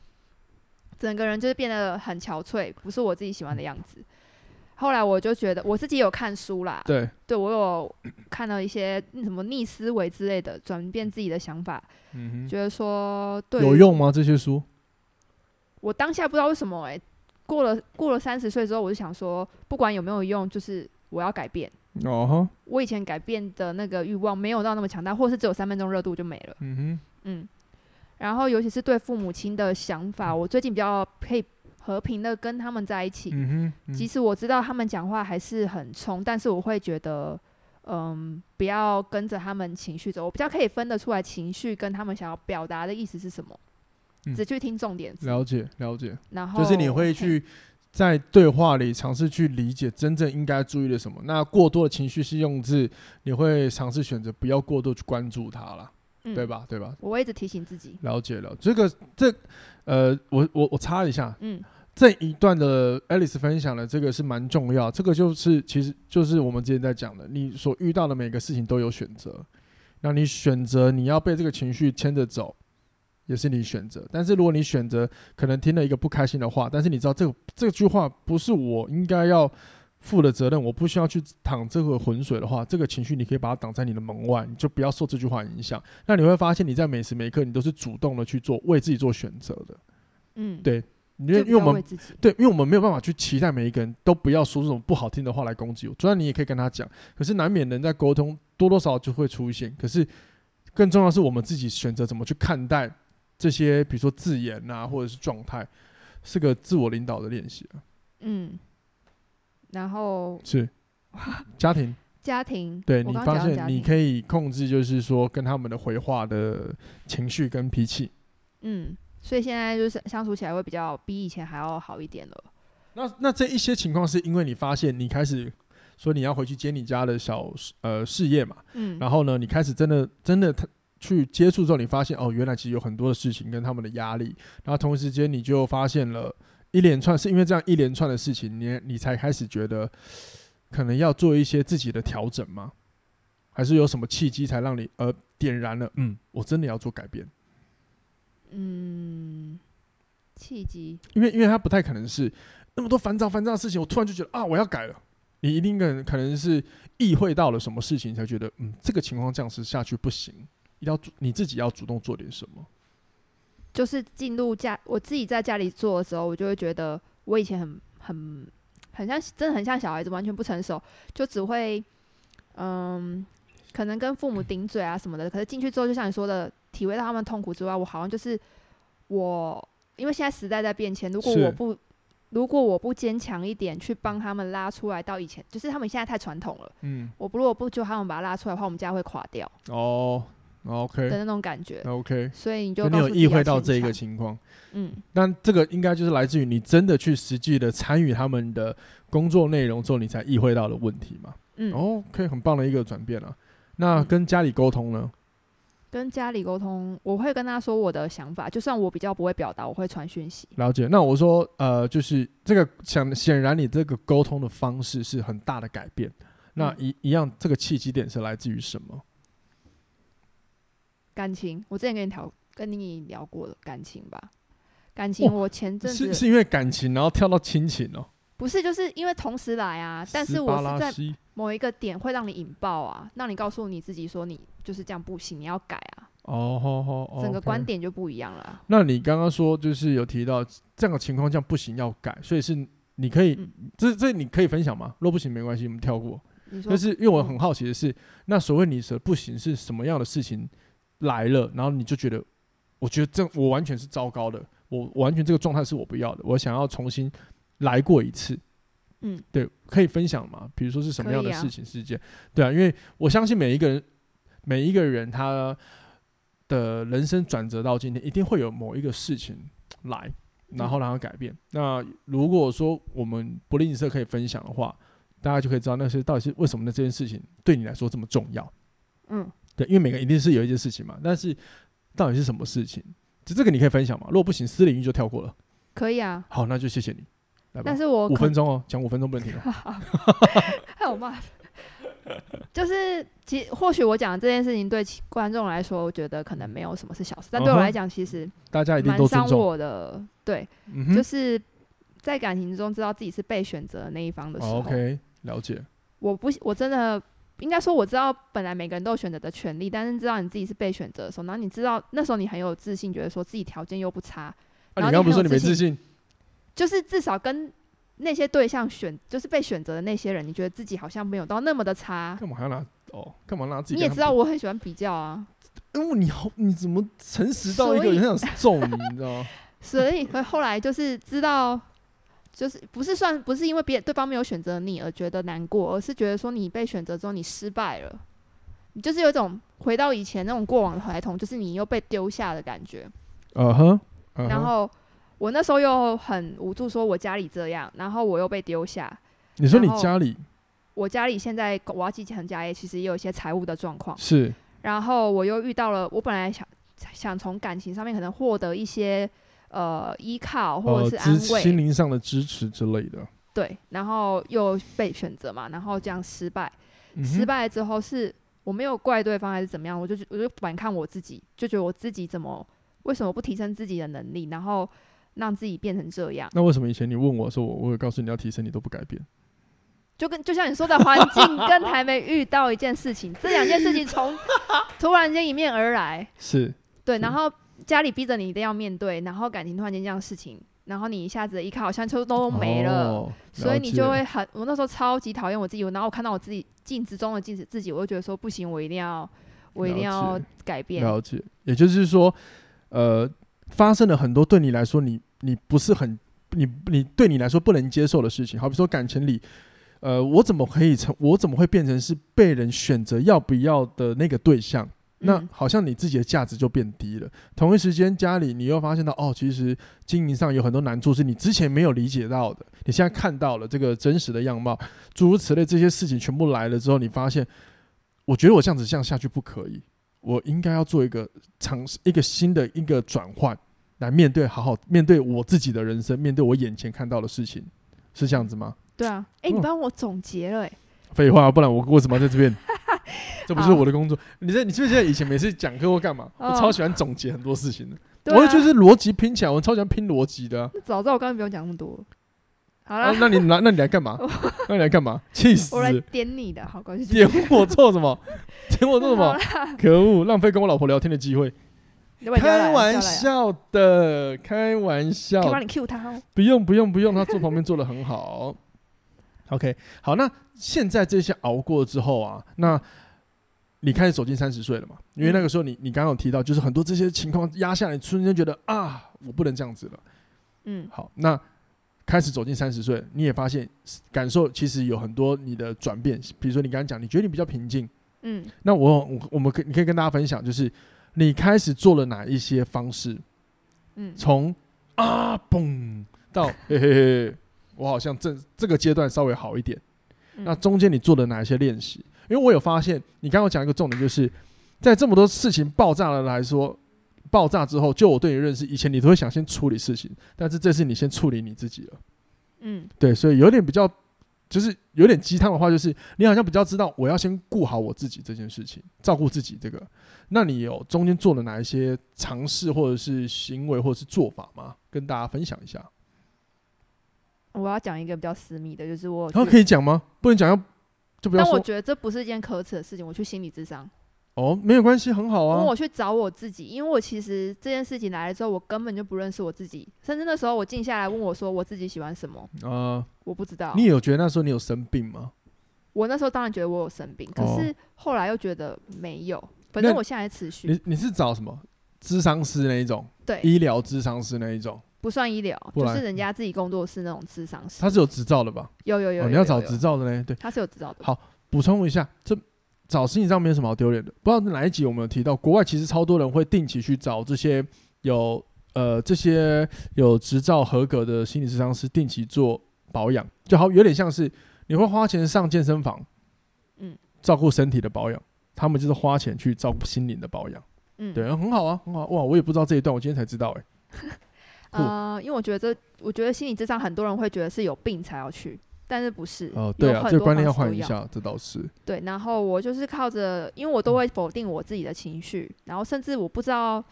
S3: 整个人就是变得很憔悴，不是我自己喜欢的样子。后来我就觉得我自己有看书啦，
S1: 对，
S3: [laughs] 对我有看到一些嗯什么逆思维之类的，转变自己的想法，
S1: 嗯
S3: 觉得说对
S1: 有
S3: 于
S1: 用吗？这些书
S3: 我当下不知道为什么哎、过了过了三十岁之后，我就想说，不管有没有用，就是我要改变。
S1: 哦哈，
S3: 我以前改变的那个欲望没有到那么强大，或者是只有三分钟热度就没了。
S1: 嗯
S3: 嗯，然后尤其是对父母亲的想法，我最近比较可以和平的跟他们在一
S1: 哼
S3: 起。
S1: 嗯哼，
S3: 即使我知道他们讲话还是很冲，但是我会觉得，嗯，不要跟着他们情绪走，我比较可以分得出来情绪跟他们想要表达的意思是什么，
S1: 嗯
S3: 只去听重点字。
S1: 了解了解，
S3: 然后
S1: 就是你会
S3: 嘿
S1: 去在对话里尝试去理解真正应该注意的什么。那过多的情绪是用字，你会尝试选择不要过度去关注它啦，
S3: 嗯
S1: 对吧？对吧？
S3: 我会一直提醒自己，
S1: 了解了，这个这呃，我我我插一下，
S3: 嗯，
S1: 这一段的 Alice 分享的这个是蛮重要，这个就是其实就是我们之前在讲的，你所遇到的每个事情都有选择，那你选择你要被这个情绪牵着走，也是你选择。但是如果你选择可能听了一个不开心的话，但是你知道这个这句话不是我应该要负的责任，我不需要去淌这个浑水的话，这个情绪你可以把它挡在你的门外，你就不要受这句话影响。那你会发现你在每时每刻你都是主动的去做为自己做选择的，
S3: 嗯，
S1: 对因
S3: 就
S1: 为因
S3: 比
S1: 为
S3: 较
S1: 我们
S3: 为自己，
S1: 对，因为我们没有办法去期待每一个人都不要说这种不好听的话来攻击我。虽然你也可以跟他讲，可是难免人在沟通多多少少就会出现。可是更重要的是，我们自己选择怎么去看待这些，比如说字眼啊，或者是状态，是个自我领导的练习、啊。
S3: 嗯。然后
S1: 是 [laughs] 家庭，
S3: 家庭，
S1: 对
S3: 我
S1: 你
S3: 刚刚
S1: 发
S3: 讲到
S1: 现
S3: 家
S1: 你
S3: 庭，
S1: 可以控制，就是说跟他们的回话的情绪跟脾气。
S3: 嗯，所以现在就是相处起来会比较比以前还要好一点了。
S1: 那那这一些情况，是因为你发现你开始说你要回去接你家的小呃事业嘛？
S3: 嗯，
S1: 然后呢，你开始真的真的他去接触之后，你发现哦，原来其实有很多的事情跟他们的压力，然后同时间你就发现了一连串是因为这样一连串的事情，你你才开始觉得可能要做一些自己的调整吗？还是有什么契机才让你呃点燃了？嗯，我真的要做改变，
S3: 嗯，契机，
S1: 因为因为他不太可能是那么多烦躁烦躁的事情，我突然就觉得啊，我要改了。你一定可能可能是意会到了什么事情，才觉得嗯，这个情况这样子下去不行，一定要主你自己要主动做点什么。
S3: 就是进入家，我自己在家里做的时候，我就会觉得我以前很很很像，真的很像小孩子，完全不成熟，就只会嗯，可能跟父母顶嘴啊什么的。可是进去之后，就像你说的，体会到他们痛苦之外，我好像就是我。因为现在时代在变迁，如果
S1: 是
S3: 我不如果我不坚强一点去帮他们拉出来，到以前就是他们现在太传统了，
S1: 嗯，
S3: 我不如果不就他们把他拉出来的话，我们家会垮掉
S1: 哦
S3: 的
S1: ，OK
S3: 那种感觉。
S1: OK，
S3: 所以你就
S1: 就你嗯
S3: 告
S1: 有意
S3: 诉自己
S1: 会
S3: 要
S1: 到
S3: 坚
S1: 这一个
S3: 强
S1: 情况，
S3: 嗯，
S1: 但这个应该就是来自于你真的去实际的参与他们的工作内容之后，你才意会到的问题嘛。
S3: 嗯，
S1: 哦，可以很棒的一个转变啊。那跟家里沟通呢？
S3: 跟家里沟通，我会跟他说我的想法，就算我比较不会表达，我会传讯息。
S1: 了解。那我说，呃，就是这个想，显然你这个沟通的方式是很大的改变。那
S3: 嗯
S1: 一一样，这个契机点是来自于什么？
S3: 感情，我之前跟你聊跟你聊过的感情吧，感情我前阵子
S1: 是是因为感情，然后跳到亲情哦。
S3: 不是就是因为同时来啊，但是
S1: 斯巴
S3: 我
S1: 拉
S3: 是在
S1: 西
S3: 某一个点会让你引爆啊，让你告诉你自己说你就是这样不行，你要改啊，
S1: 哦，好好哦，
S3: 整个
S1: OK
S3: 观。点就不一样了啊。
S1: 那你刚刚说就是有提到这样的情况，这样不行要改，所以是你可以，
S3: 嗯
S1: 这这你可以分享吗？若不行没关系，我们跳过。
S3: 你说
S1: 但是因为我很好奇的是，那所谓你的不行是什么样的事情来了，然后你就觉得，我觉得这我完全是糟糕的，我我完全这个状态是我不要的，我想要重新来过一次。
S3: 嗯，
S1: 对，可以分享吗？比如说是什么样的
S3: 可以啊
S1: 事情、事件？对啊，因为我相信每一个人，每一个人他的人生转折到今天，一定会有某一个事情来，然后让他改变。那如果说我们不吝啬可以分享的话，大家就可以知道那些到底是为什么呢？这件事情对你来说这么重要。
S3: 嗯，
S1: 对，因为每个人一定是有一件事情嘛，但是到底是什么事情？就这个你可以分享嘛？如果不行，私领域就跳过了。
S3: 可以啊，
S1: 好，那就谢谢你，来吧
S3: 但。是我
S1: 五
S3: 可
S1: 分钟哦，讲五分钟不能停
S3: [laughs]
S1: 哦。
S3: 害我骂。就是，其或许我讲的这件事情对其观众来说，我觉得可能没有什么是小事，但对
S1: 嗯
S3: 我
S1: 哼
S3: 来讲，其实
S1: 大家一定
S3: 蛮
S1: 都尊
S3: 伤
S1: 重。
S3: 我的。对，
S1: 嗯
S3: 就
S1: 哼
S3: 是在感情中知道自己是被选择的那一方的时候，
S1: 哦 OK，了解。
S3: 我不，我真的应该说我知道，本来每个人都有选择的权利，但是知道你自己是被选择的时候，然后你知道那时候你很有自信，觉得说自己条件又不差，
S1: 啊，
S3: 然
S1: 你刚刚
S3: 后你
S1: 不是说
S3: 很有
S1: 你没
S3: 自
S1: 自信？
S3: 就是至少跟那些对象选，就是被选择的那些人，你觉得自己好像没有到那么的差。
S1: 干嘛还要拿？哦，干嘛拿自己？
S3: 你也知道，我很喜欢比较啊，
S1: 因为哦你好，你怎么诚实到一个
S3: 所以
S1: 人很想揍你，你知道
S3: [laughs]
S1: 吗？
S3: 所以会后来就是知道，就是不是算不是因为别对方没有选择你而觉得难过，而是觉得说你被选择之后你失败了，你就是有一种回到以前那种过往的怀童，就是你又被丢下的感觉。
S1: 嗯哼，嗯
S3: 然
S1: 哼
S3: 后我那时候又很无助，说我家里这样，然后我又被丢下。
S1: 你说你
S3: 然后
S1: 家里
S3: 我家里现在我要继承家业，其实也有一些财务的状况。
S1: 是
S3: 然后我又遇到了，我本来想想从感情上面可能获得一些呃依靠或
S1: 呃
S3: 者是安
S1: 支
S3: 慰，
S1: 心灵上的支持之类的，
S3: 对，然后又被选择嘛，然后这样失败，
S1: 嗯
S3: 失
S1: 哼
S3: 败之后是我没有怪对方还是怎么样，我就我就反抗我自己，就觉得我自己怎么为什么不提升自己的能力，然后让自己变成这样，
S1: 那为什么以前你问我说我我有告诉你要提升，你都不改变？
S3: 就跟就像你说的环
S1: [laughs]
S3: 境跟还没遇到一件事情，这两件事情从突然间迎面而来，
S1: 是
S3: 对，
S1: 是
S3: 然后家里逼着你一定要面对，然后感情突然间这样的事情，然后你一下子依靠好像就都没了。
S1: 哦
S3: 所
S1: 了
S3: 以你
S1: 解
S3: 就会很，我那时候超级讨厌我自己，然后我看到我自己镜子中的镜子自己，我就觉得说不行，我一定要，我一定
S1: 了
S3: 要
S1: 解
S3: 改变。
S1: 了解，也就是说，呃，发生了很多对你来说你你不是很你你对你来说不能接受的事情，好比说感情里，呃，我怎么可以成我怎么会变成是被人选择要不要的那个对象？那
S3: 嗯
S1: 好像你自己的价值就变低了。同一时间，家里你又发现到哦，其实经营上有很多难处是你之前没有理解到的，你现在看到了这个真实的样貌，诸如此类这些事情全部来了之后，你发现，我觉得我这样子这样下去不可以，我应该要做一个尝试一个新的一个转换，来面对好好面对我自己的人生，面对我眼前看到的事情，是这样子吗？
S3: 对啊，哎、
S1: 嗯
S3: 你帮我总结了、诶
S1: 废话，不然我为什么要在这
S3: [laughs]
S1: 边？这不是
S3: 好
S1: 我的工作。你这你记不记得以前每次讲课或干嘛，我
S3: 哦
S1: 超喜欢总结很多事情的。
S3: 对
S1: 我
S3: 啊，
S1: 就是逻辑拼起来，我超喜欢拼逻辑的啊、
S3: 早知道我刚才不用讲那么多。好
S1: 啊
S3: 啦，
S1: 那你来，那你来干
S3: [laughs]
S1: 嘛？那你来干嘛？气死 [laughs]
S3: 我！来点你的，好，快去
S1: 点我做什么？点我做什
S3: 好
S1: 么？可恶，浪费跟我老婆聊天的机会。
S3: 要不然你要来
S1: 开玩，
S3: 你要来
S1: 笑的，开玩笑
S3: 可以。帮你 Q 他哦。
S1: 不用不用不用，他坐旁边坐的很 [laughs] 好。OK，好，那现在这些熬过之后啊，那你开始走进三十岁了嘛，因为那个时候你你刚刚有提到，就是很多这些情况压下来，你瞬间觉得啊，我不能这样子了。
S3: 嗯，
S1: 好，那开始走进三十岁，你也发现感受其实有很多你的转变，比如说你刚刚讲，你觉得你比较平静，
S3: 嗯，
S1: 那我我我们可你可以跟大家分享，就是你开始做了哪一些方式，
S3: 嗯，
S1: 从啊嘣到嘿嘿嘿，我好像这这个阶段稍微好一点。
S3: 嗯
S1: 那中间你做了哪一些练习？因为我有发现，你刚刚讲一个重点，就是在这么多事情爆炸了来说，爆炸之后，就我对你的认识，以前你都会想先处理事情，但是这次你先处理你自己了。
S3: 嗯
S1: 对，所以有点比较，就是有点鸡汤的话，就是你好像比较知道我要先顾好我自己这件事情，照顾自己这个。那你有中间做了哪一些尝试，或者是行为，或者是做法吗？跟大家分享一下。
S3: 我要讲一个比较私密的，就是我有
S1: 然后
S3: 去
S1: 可以讲吗？不能讲要就不要
S3: 但我
S1: 说
S3: 觉得这不是一件可耻的事情。我去心理智商，
S1: 哦，没有关系，很好
S3: 因为
S1: 啊。
S3: 我去找我自己，因为我其实这件事情来了之后，我根本就不认识我自己。甚至那时候我静下来问我说，我自己喜欢什么，
S1: 啊、
S3: 我不知道
S1: 你。有觉得那时候你有生病吗？
S3: 我那时候当然觉得我有生病，可
S1: 哦
S3: 是后来又觉得没有。反
S1: 那
S3: 正我现在持续
S1: 你你是找什么？智商师那一种，
S3: 对，
S1: 医疗智商师那一种，
S3: 不算医疗，
S1: 不
S3: 就
S1: 然嗯
S3: 是人家自己工作室那种智商师
S1: 他。是有执照的吧？
S3: 有有有
S1: 哦，
S3: 有，
S1: 你要
S3: 有
S1: 找
S3: 有
S1: 执照的嘞，对。
S3: 他是有执照的。
S1: 好补充一下，这找心理上没有什么好丢脸的。不知道哪一集我们有提到，国外其实超多人会定期去找这些有呃这些有执照合格的心理咨商师定期做保养，就好有点像是你会花钱上健身房，
S3: 嗯，
S1: 照顾身体的保养，他们就是花钱去照顾心灵的保养，
S3: 嗯，
S1: 对，很好啊，很好啊哇！我也不知道这一段，我今天才知道、欸，酷
S3: 呃，因为我觉得这，我觉得心理智商很多人会觉得是有病才要去，但是不是？
S1: 哦，对
S3: 有
S1: 啊，
S3: 很
S1: 这个
S3: 多
S1: 观念
S3: 方
S1: 要
S3: 式
S1: 换
S3: 都
S1: 一下，这倒是，
S3: 对，然后我就是靠着，因为我都
S1: 嗯
S3: 会否定我自己的情绪，然后甚至我不知道，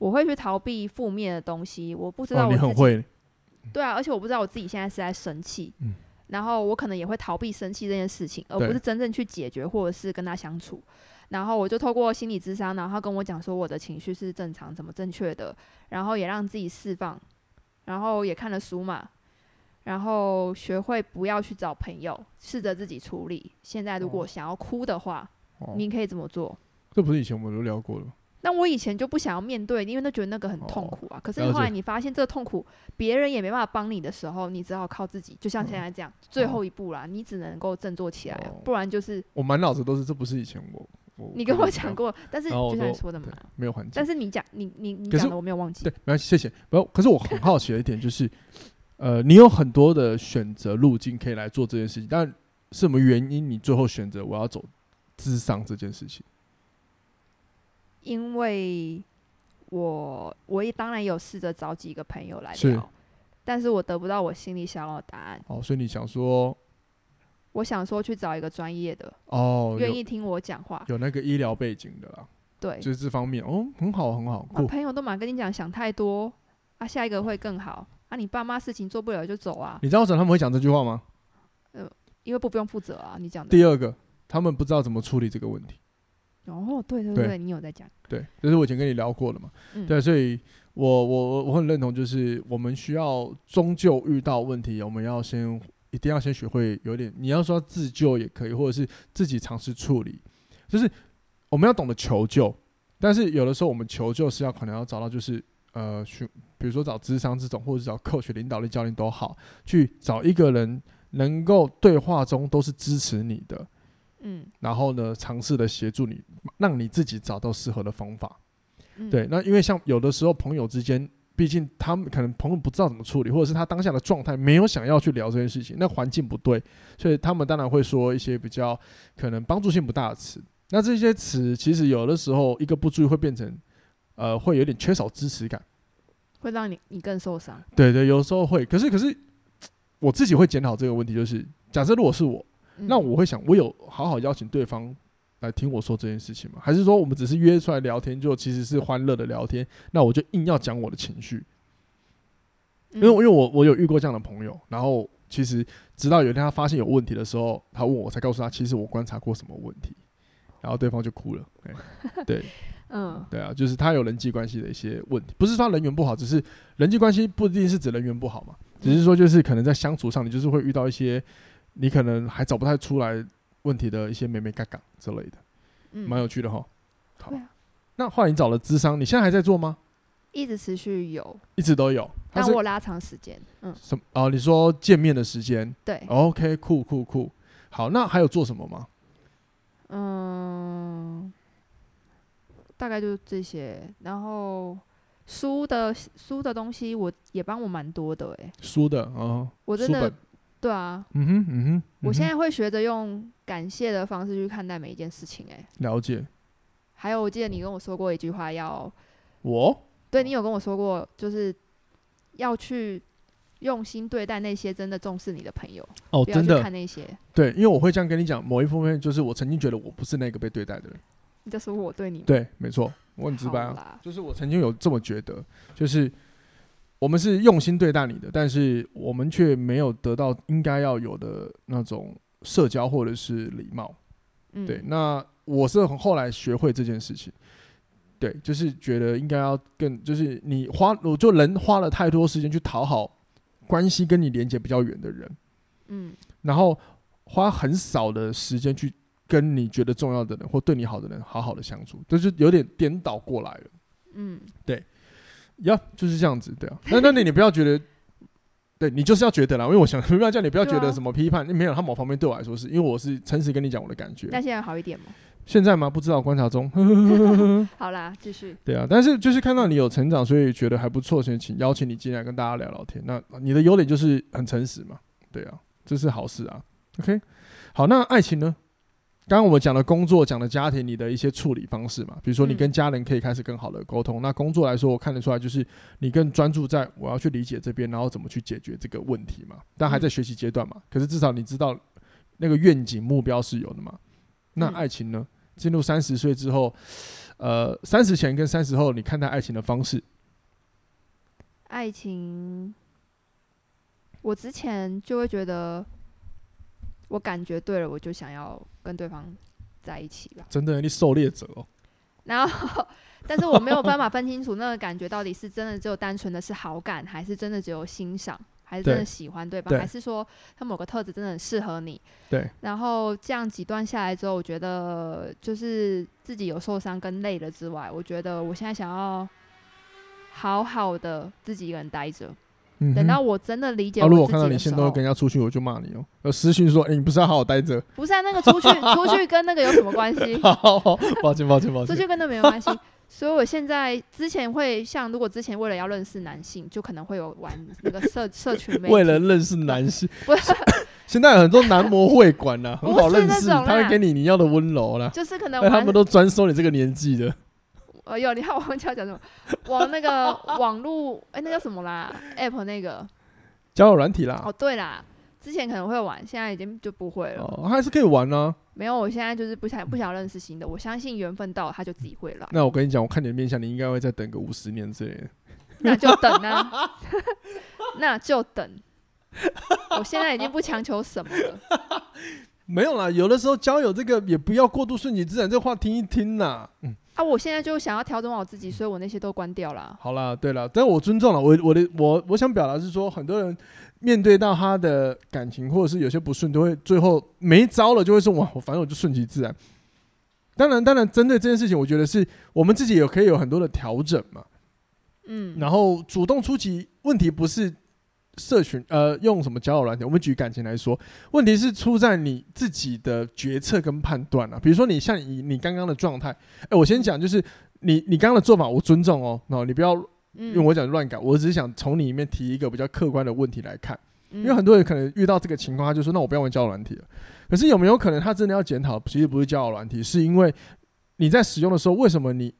S3: 我会去逃避负面的东西，我不知道
S1: 哦，
S3: 我
S1: 你
S3: 自己、
S1: 很会，
S3: 对啊，而且我不知道我自己现在是在生气，
S1: 嗯
S3: 然后我可能也会逃避生气这件事情，而不
S1: 对
S3: 是真正去解决或者是跟他相处。然后我就透过心理智商，然后他跟我讲说我的情绪是正常、怎么正确的，然后也让自己释放，然后也看了书嘛，然后学会不要去找朋友，试着自己处理。现在如果想要哭的话，
S1: 哦，
S3: 你可以怎么做？
S1: 这不是以前我们都聊过了吗？
S3: 那我以前就不想要面对，因为都觉得那个很痛苦啊。可是你后
S1: 哦了
S3: 来
S1: 解
S3: 你发现这个痛苦，别人也没办法帮你的时候，你只好靠自己。就像现在这样，最后一步啦，你只能够振作起来啊，
S1: 嗯哦
S3: 不然就是
S1: 我满脑子都是，这不是以前我。我
S3: 你跟我
S1: 你
S3: 讲过，但是
S1: 然后我
S3: 就像你
S1: 都
S3: 说的嘛
S1: 哦对，没有环境
S3: 嗯但。是你讲你你你
S1: 可是
S3: 讲的我没有忘记
S1: 对，，没关系，谢谢。不要，可是我很好奇的一点就是， [laughs] 呃，你有很多的选择路径可以来做这件事情，但是什么原因你最后选择我要走智商这件事情？
S3: 因为我我也当然有试着找几个朋友来
S1: 是
S3: 聊，但是我得不到我心里想要的答案。
S1: 哦，所以你想说，
S3: 我想说去找一个专业的，
S1: 哦，
S3: 愿
S1: 有
S3: 意听我讲话，
S1: 有那个医疗背景的啦，
S3: 对，
S1: 就是这方面，哦，很好，很好，
S3: 啊，
S1: 酷，
S3: 朋友都嘛跟你讲想太多啊，下一个会更好啊，你爸妈事情做不了就走啊，
S1: 你知道为什么他们会讲这句话吗？
S3: 因为不不用负责啊，你讲的。
S1: 第二个，他们不知道怎么处理这个问题。
S3: 哦，对对
S1: 对
S3: 对，你有在讲，
S1: 对，就是我以前跟你聊过了嘛。
S3: 嗯
S1: 对，所以我我我很认同，就是我们需要终究遇到问题，我们要先一定要先学会有点，你要说自救也可以，或者是自己尝试处理，就是我们要懂得求救。但是有的时候我们求救是要可能要找到就是呃寻，比如说找智商这种，或者是找 coach 领导力教练都好，去找一个人能够对话中都是支持你的，
S3: 嗯，
S1: 然后呢尝试的协助你，让你自己找到适合的方法。
S3: 嗯
S1: 对，，那因为像有的时候朋友之间，毕竟他们可能朋友不知道怎么处理，或者是他当下的状态没有想要去聊这件事情，那环境不对，所以他们当然会说一些比较可能帮助性不大的词。那这些词其实有的时候一个不注意会变成，呃，会有点缺少支持感。
S3: 会让你你更受伤。
S1: 对对，有的时候会。可是可是我自己会检讨这个问题，就是假设如果是我，
S3: 嗯
S1: 那我会想，我有好好邀请对方来听我说这件事情吗？还是说我们只是约出来聊天，就其实是欢乐的聊天？那我就硬要讲我的情绪，因为因
S3: 嗯
S1: 为我我有遇过这样的朋友，然后其实直到有一天他发现有问题的时候，他问我，我才告诉他，其实我观察过什么问题，然后对方就哭了。哎对
S3: 嗯
S1: 对啊，就是他有人际关系的一些问题，不是说他人缘不好，只是人际关系不一定是指人缘不好嘛，
S3: 嗯
S1: 只是说就是可能在相处上，你就是会遇到一些你可能还找不太出来问题的一些美美嘎嘎之类的。
S3: 嗯，
S1: 蛮有趣的哈。好
S3: 对啊，
S1: 那后来你找了智商，你现在还在做吗？
S3: 一直持续有，
S1: 一直都有。它
S3: 但
S1: 是
S3: 我有拉长时间，嗯，
S1: 什么？哦，你说见面的时间哦
S3: 对，
S1: ？OK，酷酷酷。好，那还有做什么吗？
S3: 嗯，大概就是这些。然后书的书的东西，我也帮我蛮多的诶、
S1: 书的哦，
S3: 我真
S1: 书
S3: 的
S1: 本
S3: 对啊，
S1: 嗯哼嗯哼。
S3: 我现
S1: 嗯
S3: 在会学着用感谢的方式去看待每一件事情诶、欸
S1: 哼了解
S3: 还有，我记得你跟我说过一句话要
S1: 我
S3: 对你有跟我说过，就是要去用心对待那些真的重视你的朋友，
S1: 哦，
S3: 不要
S1: 真
S3: 去
S1: 的
S3: 看那些。
S1: 对，因为我会这样跟你讲，某一部分就是我曾经觉得我不是那个被对待的人。
S3: 你在说我对你吗
S1: 对，没错，我很直白
S3: 好
S1: 啊。
S3: 啦
S1: 就是我曾经有这么觉得，就是我们是用心对待你的，但是我们却没有得到应该要有的那种社交或者是礼貌。
S3: 嗯，
S1: 对，那我是很后来学会这件事情。对，就是觉得应该要更，就是你花，我就人花了太多时间去讨好关系跟你连接比较远的人，
S3: 嗯
S1: 然后花很少的时间去跟你觉得重要的人或对你好的人好好的相处，就是有点颠倒过来了。
S3: 嗯，
S1: 呀就是这样子，对啊。那那你你不要觉得，对你就是要觉得啦，因为我想 [laughs] 没办法叫你不要觉
S3: 对
S1: 得
S3: 啊
S1: 什么批判，没有，他某方面对我来说是因为我是诚实跟你讲我的感觉。
S3: 那现在好一点吗？
S1: 现在吗？不知道，观察中。
S3: [laughs] 好啦，继续。
S1: 对啊，但是就是看到你有成长，所以觉得还不错，所以请邀请你进来跟大家聊聊天。那你的优点就是很诚实嘛，对啊，这是好事啊。OK，好，那爱情呢？刚刚我们讲了工作，讲了家庭，你的一些处理方式嘛，比如说你
S3: 嗯
S1: 跟家人可以开始更好的沟通。那工作来说，我看得出来就是你更专注在我要去理解这边，然后怎么去解决这个问题嘛。但还在学习阶段嘛，可是至少你知道那个愿景目标是有的嘛。那
S3: 嗯
S1: 爱情呢？进入三十岁之后，呃，三十前跟三十后，你看待爱情的方式，
S3: 爱情，我之前就会觉得，我感觉对了，我就想要跟对方在一起吧。
S1: 真的，你狩猎者哦，
S3: 然后，但是我没有办法分清楚那个感觉到底是真的只有单纯的是好感，还是真的只有欣赏，还是真的
S1: 对
S3: 喜欢对方，
S1: 对
S3: 还是说他某个特质真的很适合你。
S1: 对。
S3: 然后这样几段下来之后，我觉得就是自己有受伤跟累了之外，我觉得我现在想要好好的自己一个人待着。
S1: 嗯哼
S3: 等到我真的理解
S1: 啊，如果我
S3: 自
S1: 看到
S3: 己
S1: 你
S3: 的时
S1: 现在
S3: 候，
S1: 都跟人家出去，我就骂你哦，有私讯说，哎、你不是要好好待着？ [laughs]
S3: 不是啊，那个出去出去跟那个有什么关系？
S1: 抱歉，抱歉，抱
S3: 出
S1: 歉，
S3: 去跟那没有关系。 [laughs] 所以我现在之前会像，如果之前为了要认识男性，就可能会有玩那个
S1: [laughs]
S3: 社社群媒体，
S1: 为了认识男性，
S3: [laughs] 不是
S1: [laughs] 现在有很多男模会馆
S3: [laughs]
S1: 呢、很
S3: 不
S1: 好
S3: 是
S1: 认
S3: 那
S1: 识，
S3: 种
S1: 他会
S3: 啦
S1: 给你你要的温柔啦。
S3: 就是可能
S1: 但哎他
S3: 玩
S1: 们都专收你这个年纪的，
S3: 呃有，你看我们要讲什么？往
S1: [laughs]
S3: 那个网络哎、那叫什么啦？app 那个
S1: 交友软体啦
S3: 哦，，对啦，之前可能会玩，现在已经就不会了。
S1: 哦，还是可以玩啊。
S3: 没有，我现在就是不想不想认识新的，我相信缘分到了，他就自己会来，
S1: 那我跟你讲，我看你的面相，你应该会再等个五十年之类的。
S3: 那就等啊， [laughs] 那就等。 [laughs] 我现在已经不强求什么了。
S1: 没有啦，有的时候交友这个也不要过度顺其自然，这话听一听啦。嗯，
S3: 啊，我现在就想要调整好自己，所以我那些都关掉了。啊
S1: 好啦，对啦，但我尊重了我我的我我想表达是说，很多人面对到他的感情或者是有些不顺，都会最后没招了，就会说哇，我反正我就顺其自然。当然，当然，针对这件事情，我觉得是我们自己也可以有很多的调整嘛。
S3: 嗯，
S1: 然后主动出击，问题不是社群呃用什么交友软件，我们举感情来说，问题是出在你自己的决策跟判断啊。比如说你像你你刚刚的状态，哎、我先讲就是你你刚刚的做法我尊重哦，哦你不要因
S3: 嗯
S1: 为我讲乱改，我只是想从你里面提一个比较客观的问题来看。
S3: 因
S1: 因为很多人可能遇到这个情况，他就说：“那我不要玩交友软体了。”可是有没有可能他真的要检讨？其实不是交友软体，是因为你在使用的时候，为什么你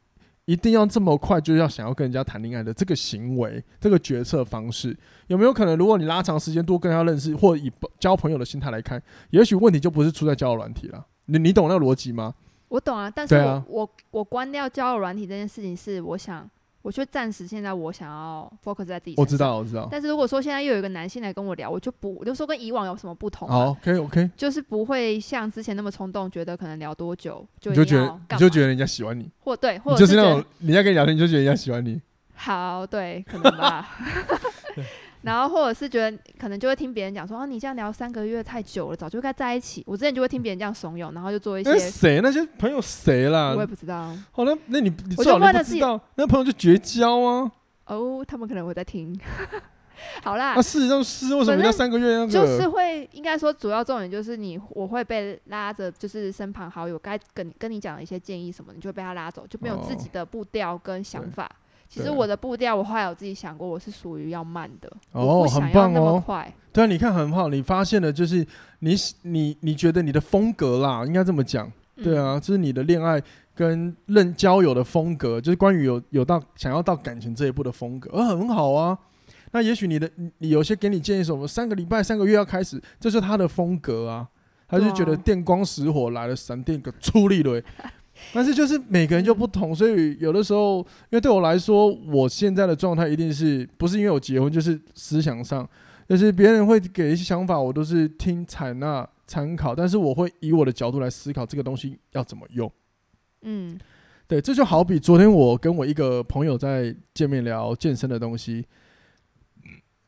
S1: 一定要这么快就要想要跟人家谈恋爱的这个行为、这个决策方式？有没有可能，如果你拉长时间多跟他认识，或以交朋友的心态来看，也许问题就不是出在交友软体了？你你懂那个逻辑吗？
S3: 我懂啊，但是
S1: 对
S3: 我、
S1: 啊
S3: 我我关掉交友软体这件事情，是我想，我就暂时现在我想要 focus 在自己。
S1: 我知。道，我知道。
S3: 但是如果说现在又有一个男性来跟我聊，我就不，我就说跟以往有什么不同、啊？
S1: 好，OK，OK，、
S3: 就是不会像之前那么冲动，觉得可能聊多久就
S1: 你
S3: 一
S1: 就
S3: 定
S1: 觉
S3: 要
S1: 得你
S3: 干
S1: 就
S3: 嘛
S1: 觉得人家喜欢你，
S3: 或对，或
S1: 你就
S3: 者
S1: 是
S3: 觉
S1: 那
S3: 得
S1: 种人家跟你聊天，你就觉得人家喜欢你。 [laughs]
S3: 好，对，可能吧。 [laughs] 然后或者是觉得可能就会听别人讲说，哦、啊，你这样聊三个月太久了，早就该在一起。我之前就会听别人这样怂恿，然后就做一些
S1: 那，谁那些朋友谁啦
S3: 我？也不知道
S1: 好了，那你你
S3: 我
S1: 最好
S3: 就为
S1: 你
S3: 了
S1: 不
S3: 自己
S1: 知道，那朋友就绝交啊。
S3: 哦，他们可能我在听。 [laughs] 好啦
S1: 啊，，事实上是为什
S3: 反
S1: 么要
S3: 正
S1: 三个月那个？
S3: 就是会，应该说主要重点就是你，我会被拉着，就是身旁好友该跟跟你讲的一些建议什么，你就被他拉走，就没有自己的步调跟想法。其实
S1: 对
S3: 我的步调，我后来有自己想过，我是属于要慢的，我
S1: 哦，
S3: 不
S1: 很
S3: 想要
S1: 棒
S3: 那么
S1: 哦。
S3: 快。
S1: 对啊，你看很好，你发现了就是你你你觉得你的风格啦，应该这么讲。
S3: 嗯
S1: 对，啊，就是你的恋爱跟认交友的风格，就是关于有有到想要到感情这一步的风格，呃，很好啊。那也许你的你有些给你建议什么，三个礼拜、三个月要开始，这是他的风格啊。他就
S3: 对啊
S1: 觉得电光石火来了，闪电个出力
S3: [laughs]
S1: 了欸。但是就是每个人就不同，所以有的时候，因为对我来说，我现在的状态一定是不是因为我结婚，就是思想上，就是别人会给一些想法，我都是听采纳参考，但是我会以我的角度来思考这个东西要怎么用。
S3: 嗯，
S1: 对，这就好比昨天我跟我一个朋友在见面聊健身的东西，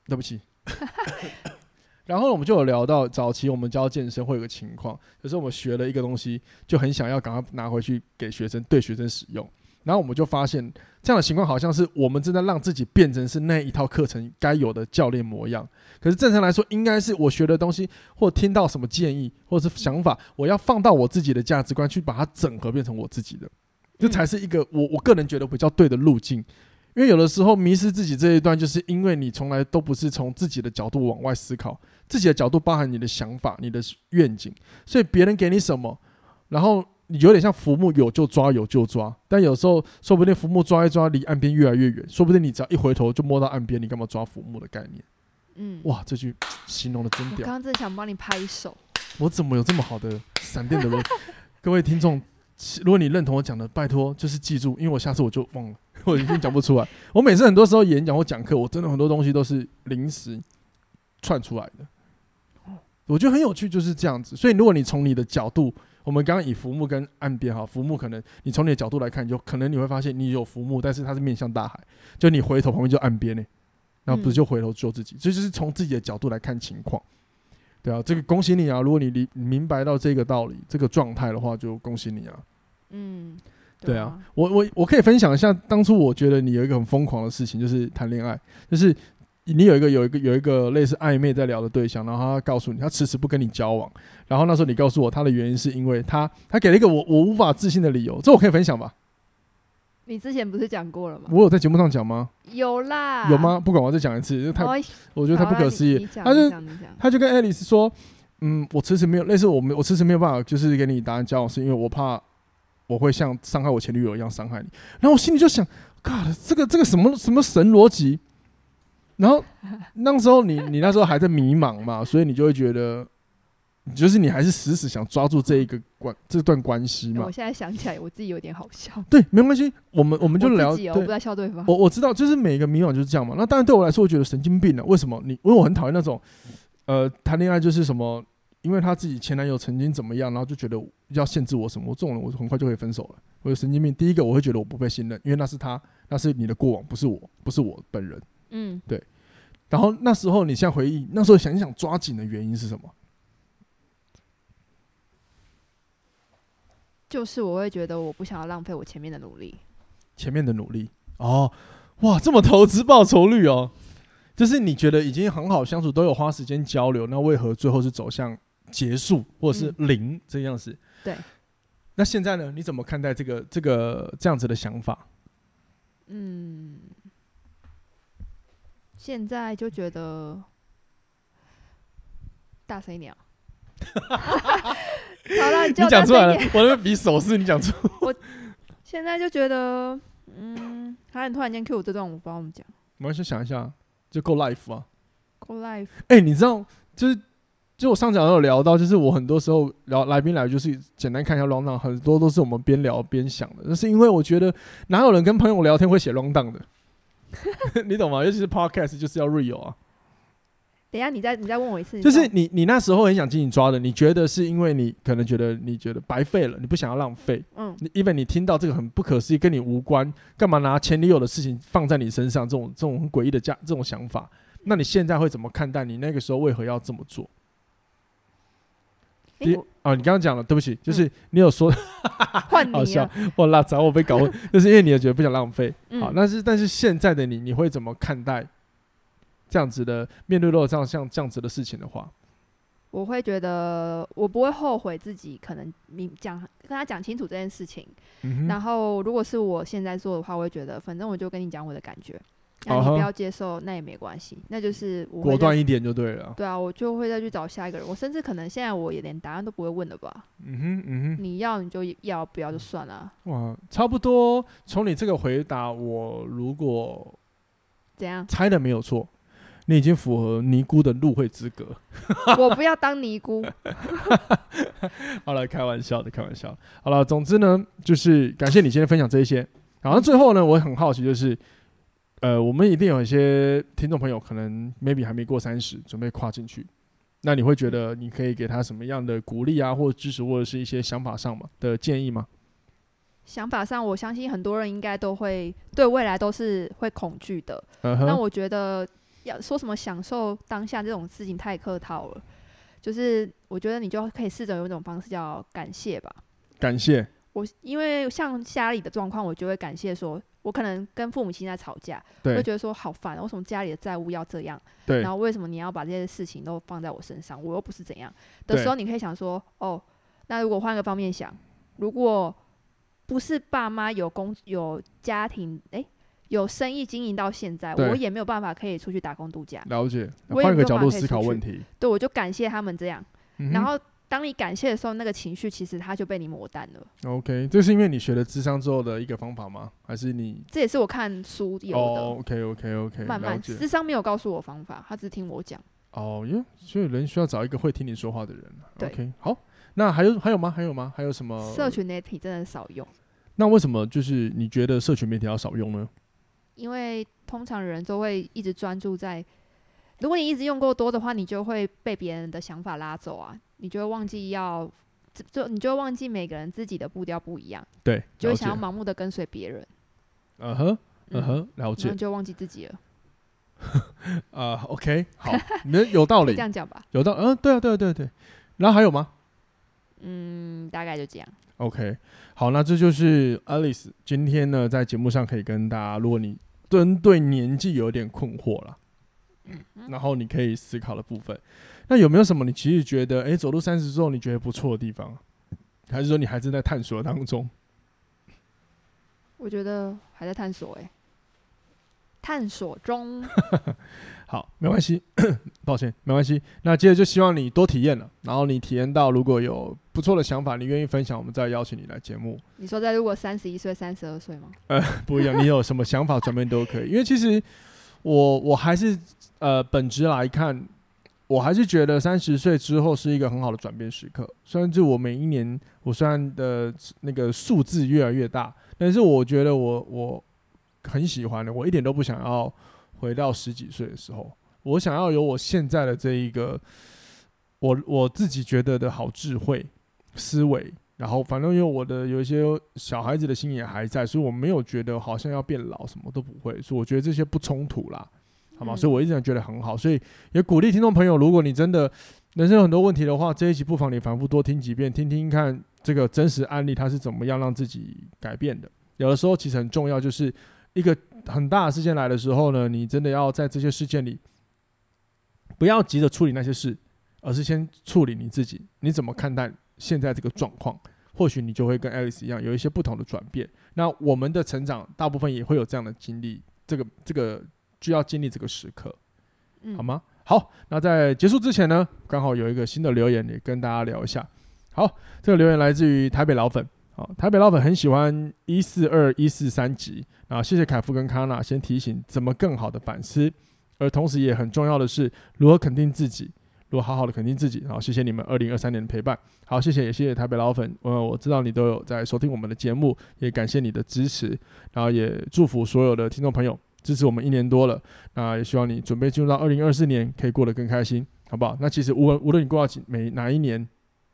S1: 对不起。 [laughs] 然后我们就有聊到早期我们教健身会有个情况，就是我们学了一个东西，就很想要赶快拿回去给学生对学生使用。然后我们就发现这样的情况好像是我们正在让自己变成是那一套课程该有的教练模样。可是正常来说，应该是我学的东西或听到什么建议或是想法，我要放到我自己的价值观去把它整合变成我自己的。这才是一个我我个人觉得比较对的路径。因为有的时候迷失自己这一段，就是因为你从来都不是从自己的角度往外思考，自己的角度包含你的想法、你的愿景，所以别人给你什么，然后你有点像浮木，有就抓，有就抓。但有时候说不定浮木抓一抓，离岸边越来越远，说不定你只要一回头就摸到岸边，你干嘛抓浮木的概念？
S3: 嗯，我
S1: 哇，这句形容的真
S3: 刚
S1: 屌！
S3: 刚真的想帮你拍手，
S1: 我怎么有这么好的闪电的逻辑？ [laughs] 各位听众，如果你认同我讲的，拜托就是记住，因为我下次我就忘了， [laughs] 我已经讲不出来。我每次很多时候演讲或讲课，我真的很多东西都是临时串出来的。我觉得很有趣，就是这样子。所以，如果你从你的角度，我们刚刚以浮木跟岸边哈，浮木可能你从你的角度来看，就可能你会发现你有浮木，但是它是面向大海，就你回头旁边就岸边呢、那不是就回头救自己？这、就是从自己的角度来看情况。对啊，这个恭喜你啊！如果你理明白到这个道理、这个状态的话，就恭喜你啊！
S3: 嗯，
S1: 对啊，，我我我可以分享一下，当初我觉得你有一个很疯狂的事情，就是谈恋爱，就是你有一个有一个有一个类似暧昧在聊的对象，然后他告诉你他迟迟不跟你交往，然后那时候你告诉我他的原因是因为他他给了一个我我无法置信的理由，这我可以分享吧？
S3: 你之前不是讲过了吗？
S1: 我有在节目上讲吗？
S3: 有啦，
S1: 有？吗？不管，我再讲一次，这太
S3: 啊哦，
S1: 我觉得太
S3: 好
S1: 不
S3: 啦
S1: 可
S3: 你
S1: 思议
S3: 你。讲，
S1: 他
S3: 你
S1: 就
S3: 讲，你讲，
S1: 他就跟 Alice 说，嗯，我迟迟没有类似我们，我迟迟没有办法就是跟你答案交往，是因为我怕我会像伤害我前女友一样伤害你。然后我心里就想，God，这个这个什么什么神逻辑？然后那时候你 [laughs] 你那时候还在迷茫嘛，所以你就会觉得，就是你还是死死想抓住这一个关这段关系
S3: 哎
S1: 嘛
S3: 我。现在想起来，我自己有点好笑。
S1: 对，没关系，我们我 [laughs] 们就
S3: 我自
S1: 聊
S3: 己哦，我
S1: 对
S3: 不在笑对方。
S1: 我我知道，就是每个迷惘就是这样嘛。那当然对我来说，我觉得神经病了、为什么？你因为我很讨厌那种，呃，谈恋爱就是什么，因为他自己前男友曾经怎么样，然后就觉得要限制我什么。我这种人，我很快就可以分手了。我有神经病。第一个，我会觉得我不被信任，因为那是他，那是你的过往，不是我，不是我本人。
S3: 嗯，
S1: 然后那时候你现在回忆，那时候想一想抓紧的原因是什么？
S3: 就是我会觉得我不想要浪费我前面的努力。
S1: 前面的努力。哦，哇，这么投资报酬率哦，就是你觉得已经很好相处，都有花时间交流，那为何最后是走向结束或者是零、这样子？
S3: 对。
S1: 那现在呢？你怎么看待这个这个这样子的想法？
S3: 嗯，现在就觉得大声一点、啊。 [laughs]
S1: [laughs]
S3: 好了，你
S1: 你
S3: 叫我大
S1: 讲出
S3: 声
S1: 来了
S3: 一点。，
S1: 我那边比手势，你讲出。
S3: 现在就觉得，嗯，还很突然间 Q 我这段，我不知道怎么讲。
S1: 我们先想一下，就够 life 啊。
S3: Go life，
S1: 哎、你知道，就是就我上讲有聊到，就是我很多时候聊来宾来，就是简单看一下 round down，很多都是我们边聊边想的。那是因为我觉得哪有人跟朋友聊天会写 round down 的， [laughs] 你懂吗？尤其是 podcast 就是要 real 啊，
S3: 等一下你再你再问我一次。你
S1: 就是
S3: 知道
S1: 你你那时候很想紧紧抓的，你觉得是因为你可能觉得你觉得白费了，你不想要浪费。
S3: 嗯，
S1: 你 even 你听到这个很不可思议，跟你无关，干嘛拿前女友的事情放在你身上？这种这种很诡异的价这种想法，那你现在会怎么看待？你那个时候为何要这么做？
S3: 诶
S1: 第
S3: 我
S1: 啊，你刚刚讲了，对不起，就是你有
S3: [laughs]
S1: 说，
S3: 换
S1: 好
S3: 你
S1: 笑
S3: 了，，
S1: 我拉杂，我被搞混，就是因为你也觉得不想浪费。好，
S3: 嗯，
S1: 但是但是现在的你，你会怎么看待这样子的面对落这样像这样子的事情的话？
S3: 我会觉得我不会后悔自己可能你讲跟他讲清楚这件事情，
S1: 嗯哼，
S3: 然后如果是我现在做的话，我会觉得反正我就跟你讲我的感觉，那你
S1: 啊哈
S3: 不要接受那也没关系，那就是我
S1: 果
S3: 会
S1: 断
S3: 再
S1: 一点就对了。
S3: 对啊，我就会再去找下一个人，我甚至可能现在我也连答案都不会问了吧，
S1: 嗯哼，嗯
S3: 你要你就要，不要就算了啊，
S1: 哼，哇，差不多。从你这个回答，我如果？
S3: 怎样
S1: 猜的没有错，你已经符合尼姑的入会资格。
S3: 我不要当
S1: [laughs]
S3: 尼姑，
S1: 好了，开玩笑的，开玩笑。好了，总之呢，就是感谢你今天分享这一些。然后最后呢，我很好奇，就是呃，我们一定有一些听众朋友可能 maybe 还没过三十，准备跨进去，那你会觉得你可以给他什么样的鼓励啊，或者支持，或者是一些想法上嘛的建议吗？
S3: 想法上，我相信很多人应该都会对未来都是会恐惧的。
S1: 嗯
S3: 那
S1: 哼，
S3: 我觉得要说什么享受当下这种事情太客套了，就是我觉得你就可以试着有一种方式叫感谢吧。
S1: 感谢，
S3: 我因为像家里的状况，我就会感谢说，我可能跟父母亲在吵架，
S1: 对
S3: 会觉得说好烦哦，为什么家里的债务要这样？
S1: 对
S3: 然，后为什么你要把这些事情都放在我身上？我又不是怎样的时候，你可以想说，哦，那如果换个方面想，如果不是爸妈有工有家庭，诶，有生意经营到现在，
S1: 对
S3: 我也没有办法可以出去打工度假，
S1: 了解。
S3: 我也
S1: 换个
S3: 没有
S1: 角
S3: 办
S1: 度
S3: 法可以
S1: 思考
S3: 出去
S1: 问题，
S3: 对我就感谢他们这样。
S1: 嗯哼
S3: 然后当你感谢的时候，那个情绪其实它就被你磨淡了。
S1: OK，这是因为你学了智商之后的一个方法吗？还是你
S3: 这也是我看书有的。
S1: 哦？OK OK OK，
S3: 慢
S1: 了
S3: 慢，
S1: 解。
S3: 智商没有告诉我方法，他只听我讲。
S1: 哦耶，所以人需要找一个会听你说话的人啊。
S3: 对
S1: OK，好，那还有还有吗？还有吗？还有什么？
S3: 社群媒体真的少用，
S1: 那为什么就是你觉得社群媒体要少用呢？
S3: 因为通常人都会一直专注在，如果你一直用过多的话，你就会被别人的想法拉走啊，你就会忘记要，就就你就会忘记每个人自己的步调不一样，
S1: 对，
S3: 就
S1: 了
S3: 会
S1: 解
S3: 想。要盲目的跟随别人，
S1: 嗯哼，嗯
S3: 嗯，
S1: 哼，了
S3: 然后
S1: 解。
S3: 就忘记自己了，
S1: 啊，OK，好，
S3: [laughs]
S1: 你的有道
S3: 可以
S1: 理
S3: 这，样讲吧，
S1: 有道，嗯，对啊，对啊，对啊，对。然后还有吗？
S3: 嗯，大概就这样。
S1: OK，好，那这就是 Alice 今天呢在节目上可以跟大家，如果你针对年纪有点困惑啦，然后你可以思考的部分，那有没有什么你其实觉得，诶，走路三十之后你觉得不错的地方，还是说你还正在探索当中？
S3: 我觉得还在探索、欸，探索中， [laughs]
S1: 好，没关系， [coughs] 抱歉，没关系。那接着就希望你多体验了，然后你体验到如果有不错的想法，你愿意分享，我们再邀请你来节目。
S3: 你说在如果三十一岁、三十二岁吗？
S1: [laughs] 不一样，你有什么想法转变都可以。因为其实我我还是呃本质来看，我还是觉得三十岁之后是一个很好的转变时刻。虽然就我每一年我虽然的那个数字越来越大，但是我觉得我我很喜欢的，我一点都不想要回到十几岁的时候。我想要有我现在的这一个，我我自己觉得的好智慧思维，然后反正因为我的有一些小孩子的心也还在，所以我没有觉得好像要变老，什么都不会，所以我觉得这些不冲突啦，好吗？
S3: 嗯
S1: 所以我一直觉得很好，所以也鼓励听众朋友，如果你真的人生有很多问题的话，这一集不妨你反复多听几遍，听听看这个真实案例它是怎么样让自己改变的。有的时候其实很重要，就是一个很大的事件来的时候呢，你真的要在这些事件里，不要急着处理那些事，而是先处理你自己，你怎么看待现在这个状况？或许你就会跟 Alice 一样有一些不同的转变。那我们的成长大部分也会有这样的经历，这个这个就要经历这个时刻。
S3: 嗯，
S1: 好？吗？好，那在结束之前呢，刚好有一个新的留言也跟大家聊一下。好，这个留言来自于台北老粉。好，台北老粉很喜欢一四二一四三集啊，谢谢凯夫跟康纳先提醒怎么更好的反思，而同时也很重要的是如何肯定自己，如何好好的肯定自己。好，谢谢你们二零二三年的陪伴。好，谢谢也谢谢台北老粉，呃，我知道你都有在收听我们的节目，也感谢你的支持，然后也祝福所有的听众朋友支持我们一年多了。那也希望你准备进入到二零二四年，可以过得更开心，好不好？那其实无论无论你过到几每哪一年，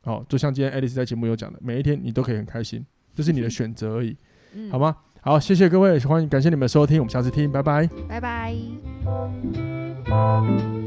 S1: 哦，就像今天 Alice 在节目有讲的，每一天你都可以很开心，这是你的选择而已，
S3: 嗯，
S1: 好？吗？好，谢谢各位，欢迎感谢你们的收听，我们下次听，拜拜。
S3: 拜拜。
S1: 拜。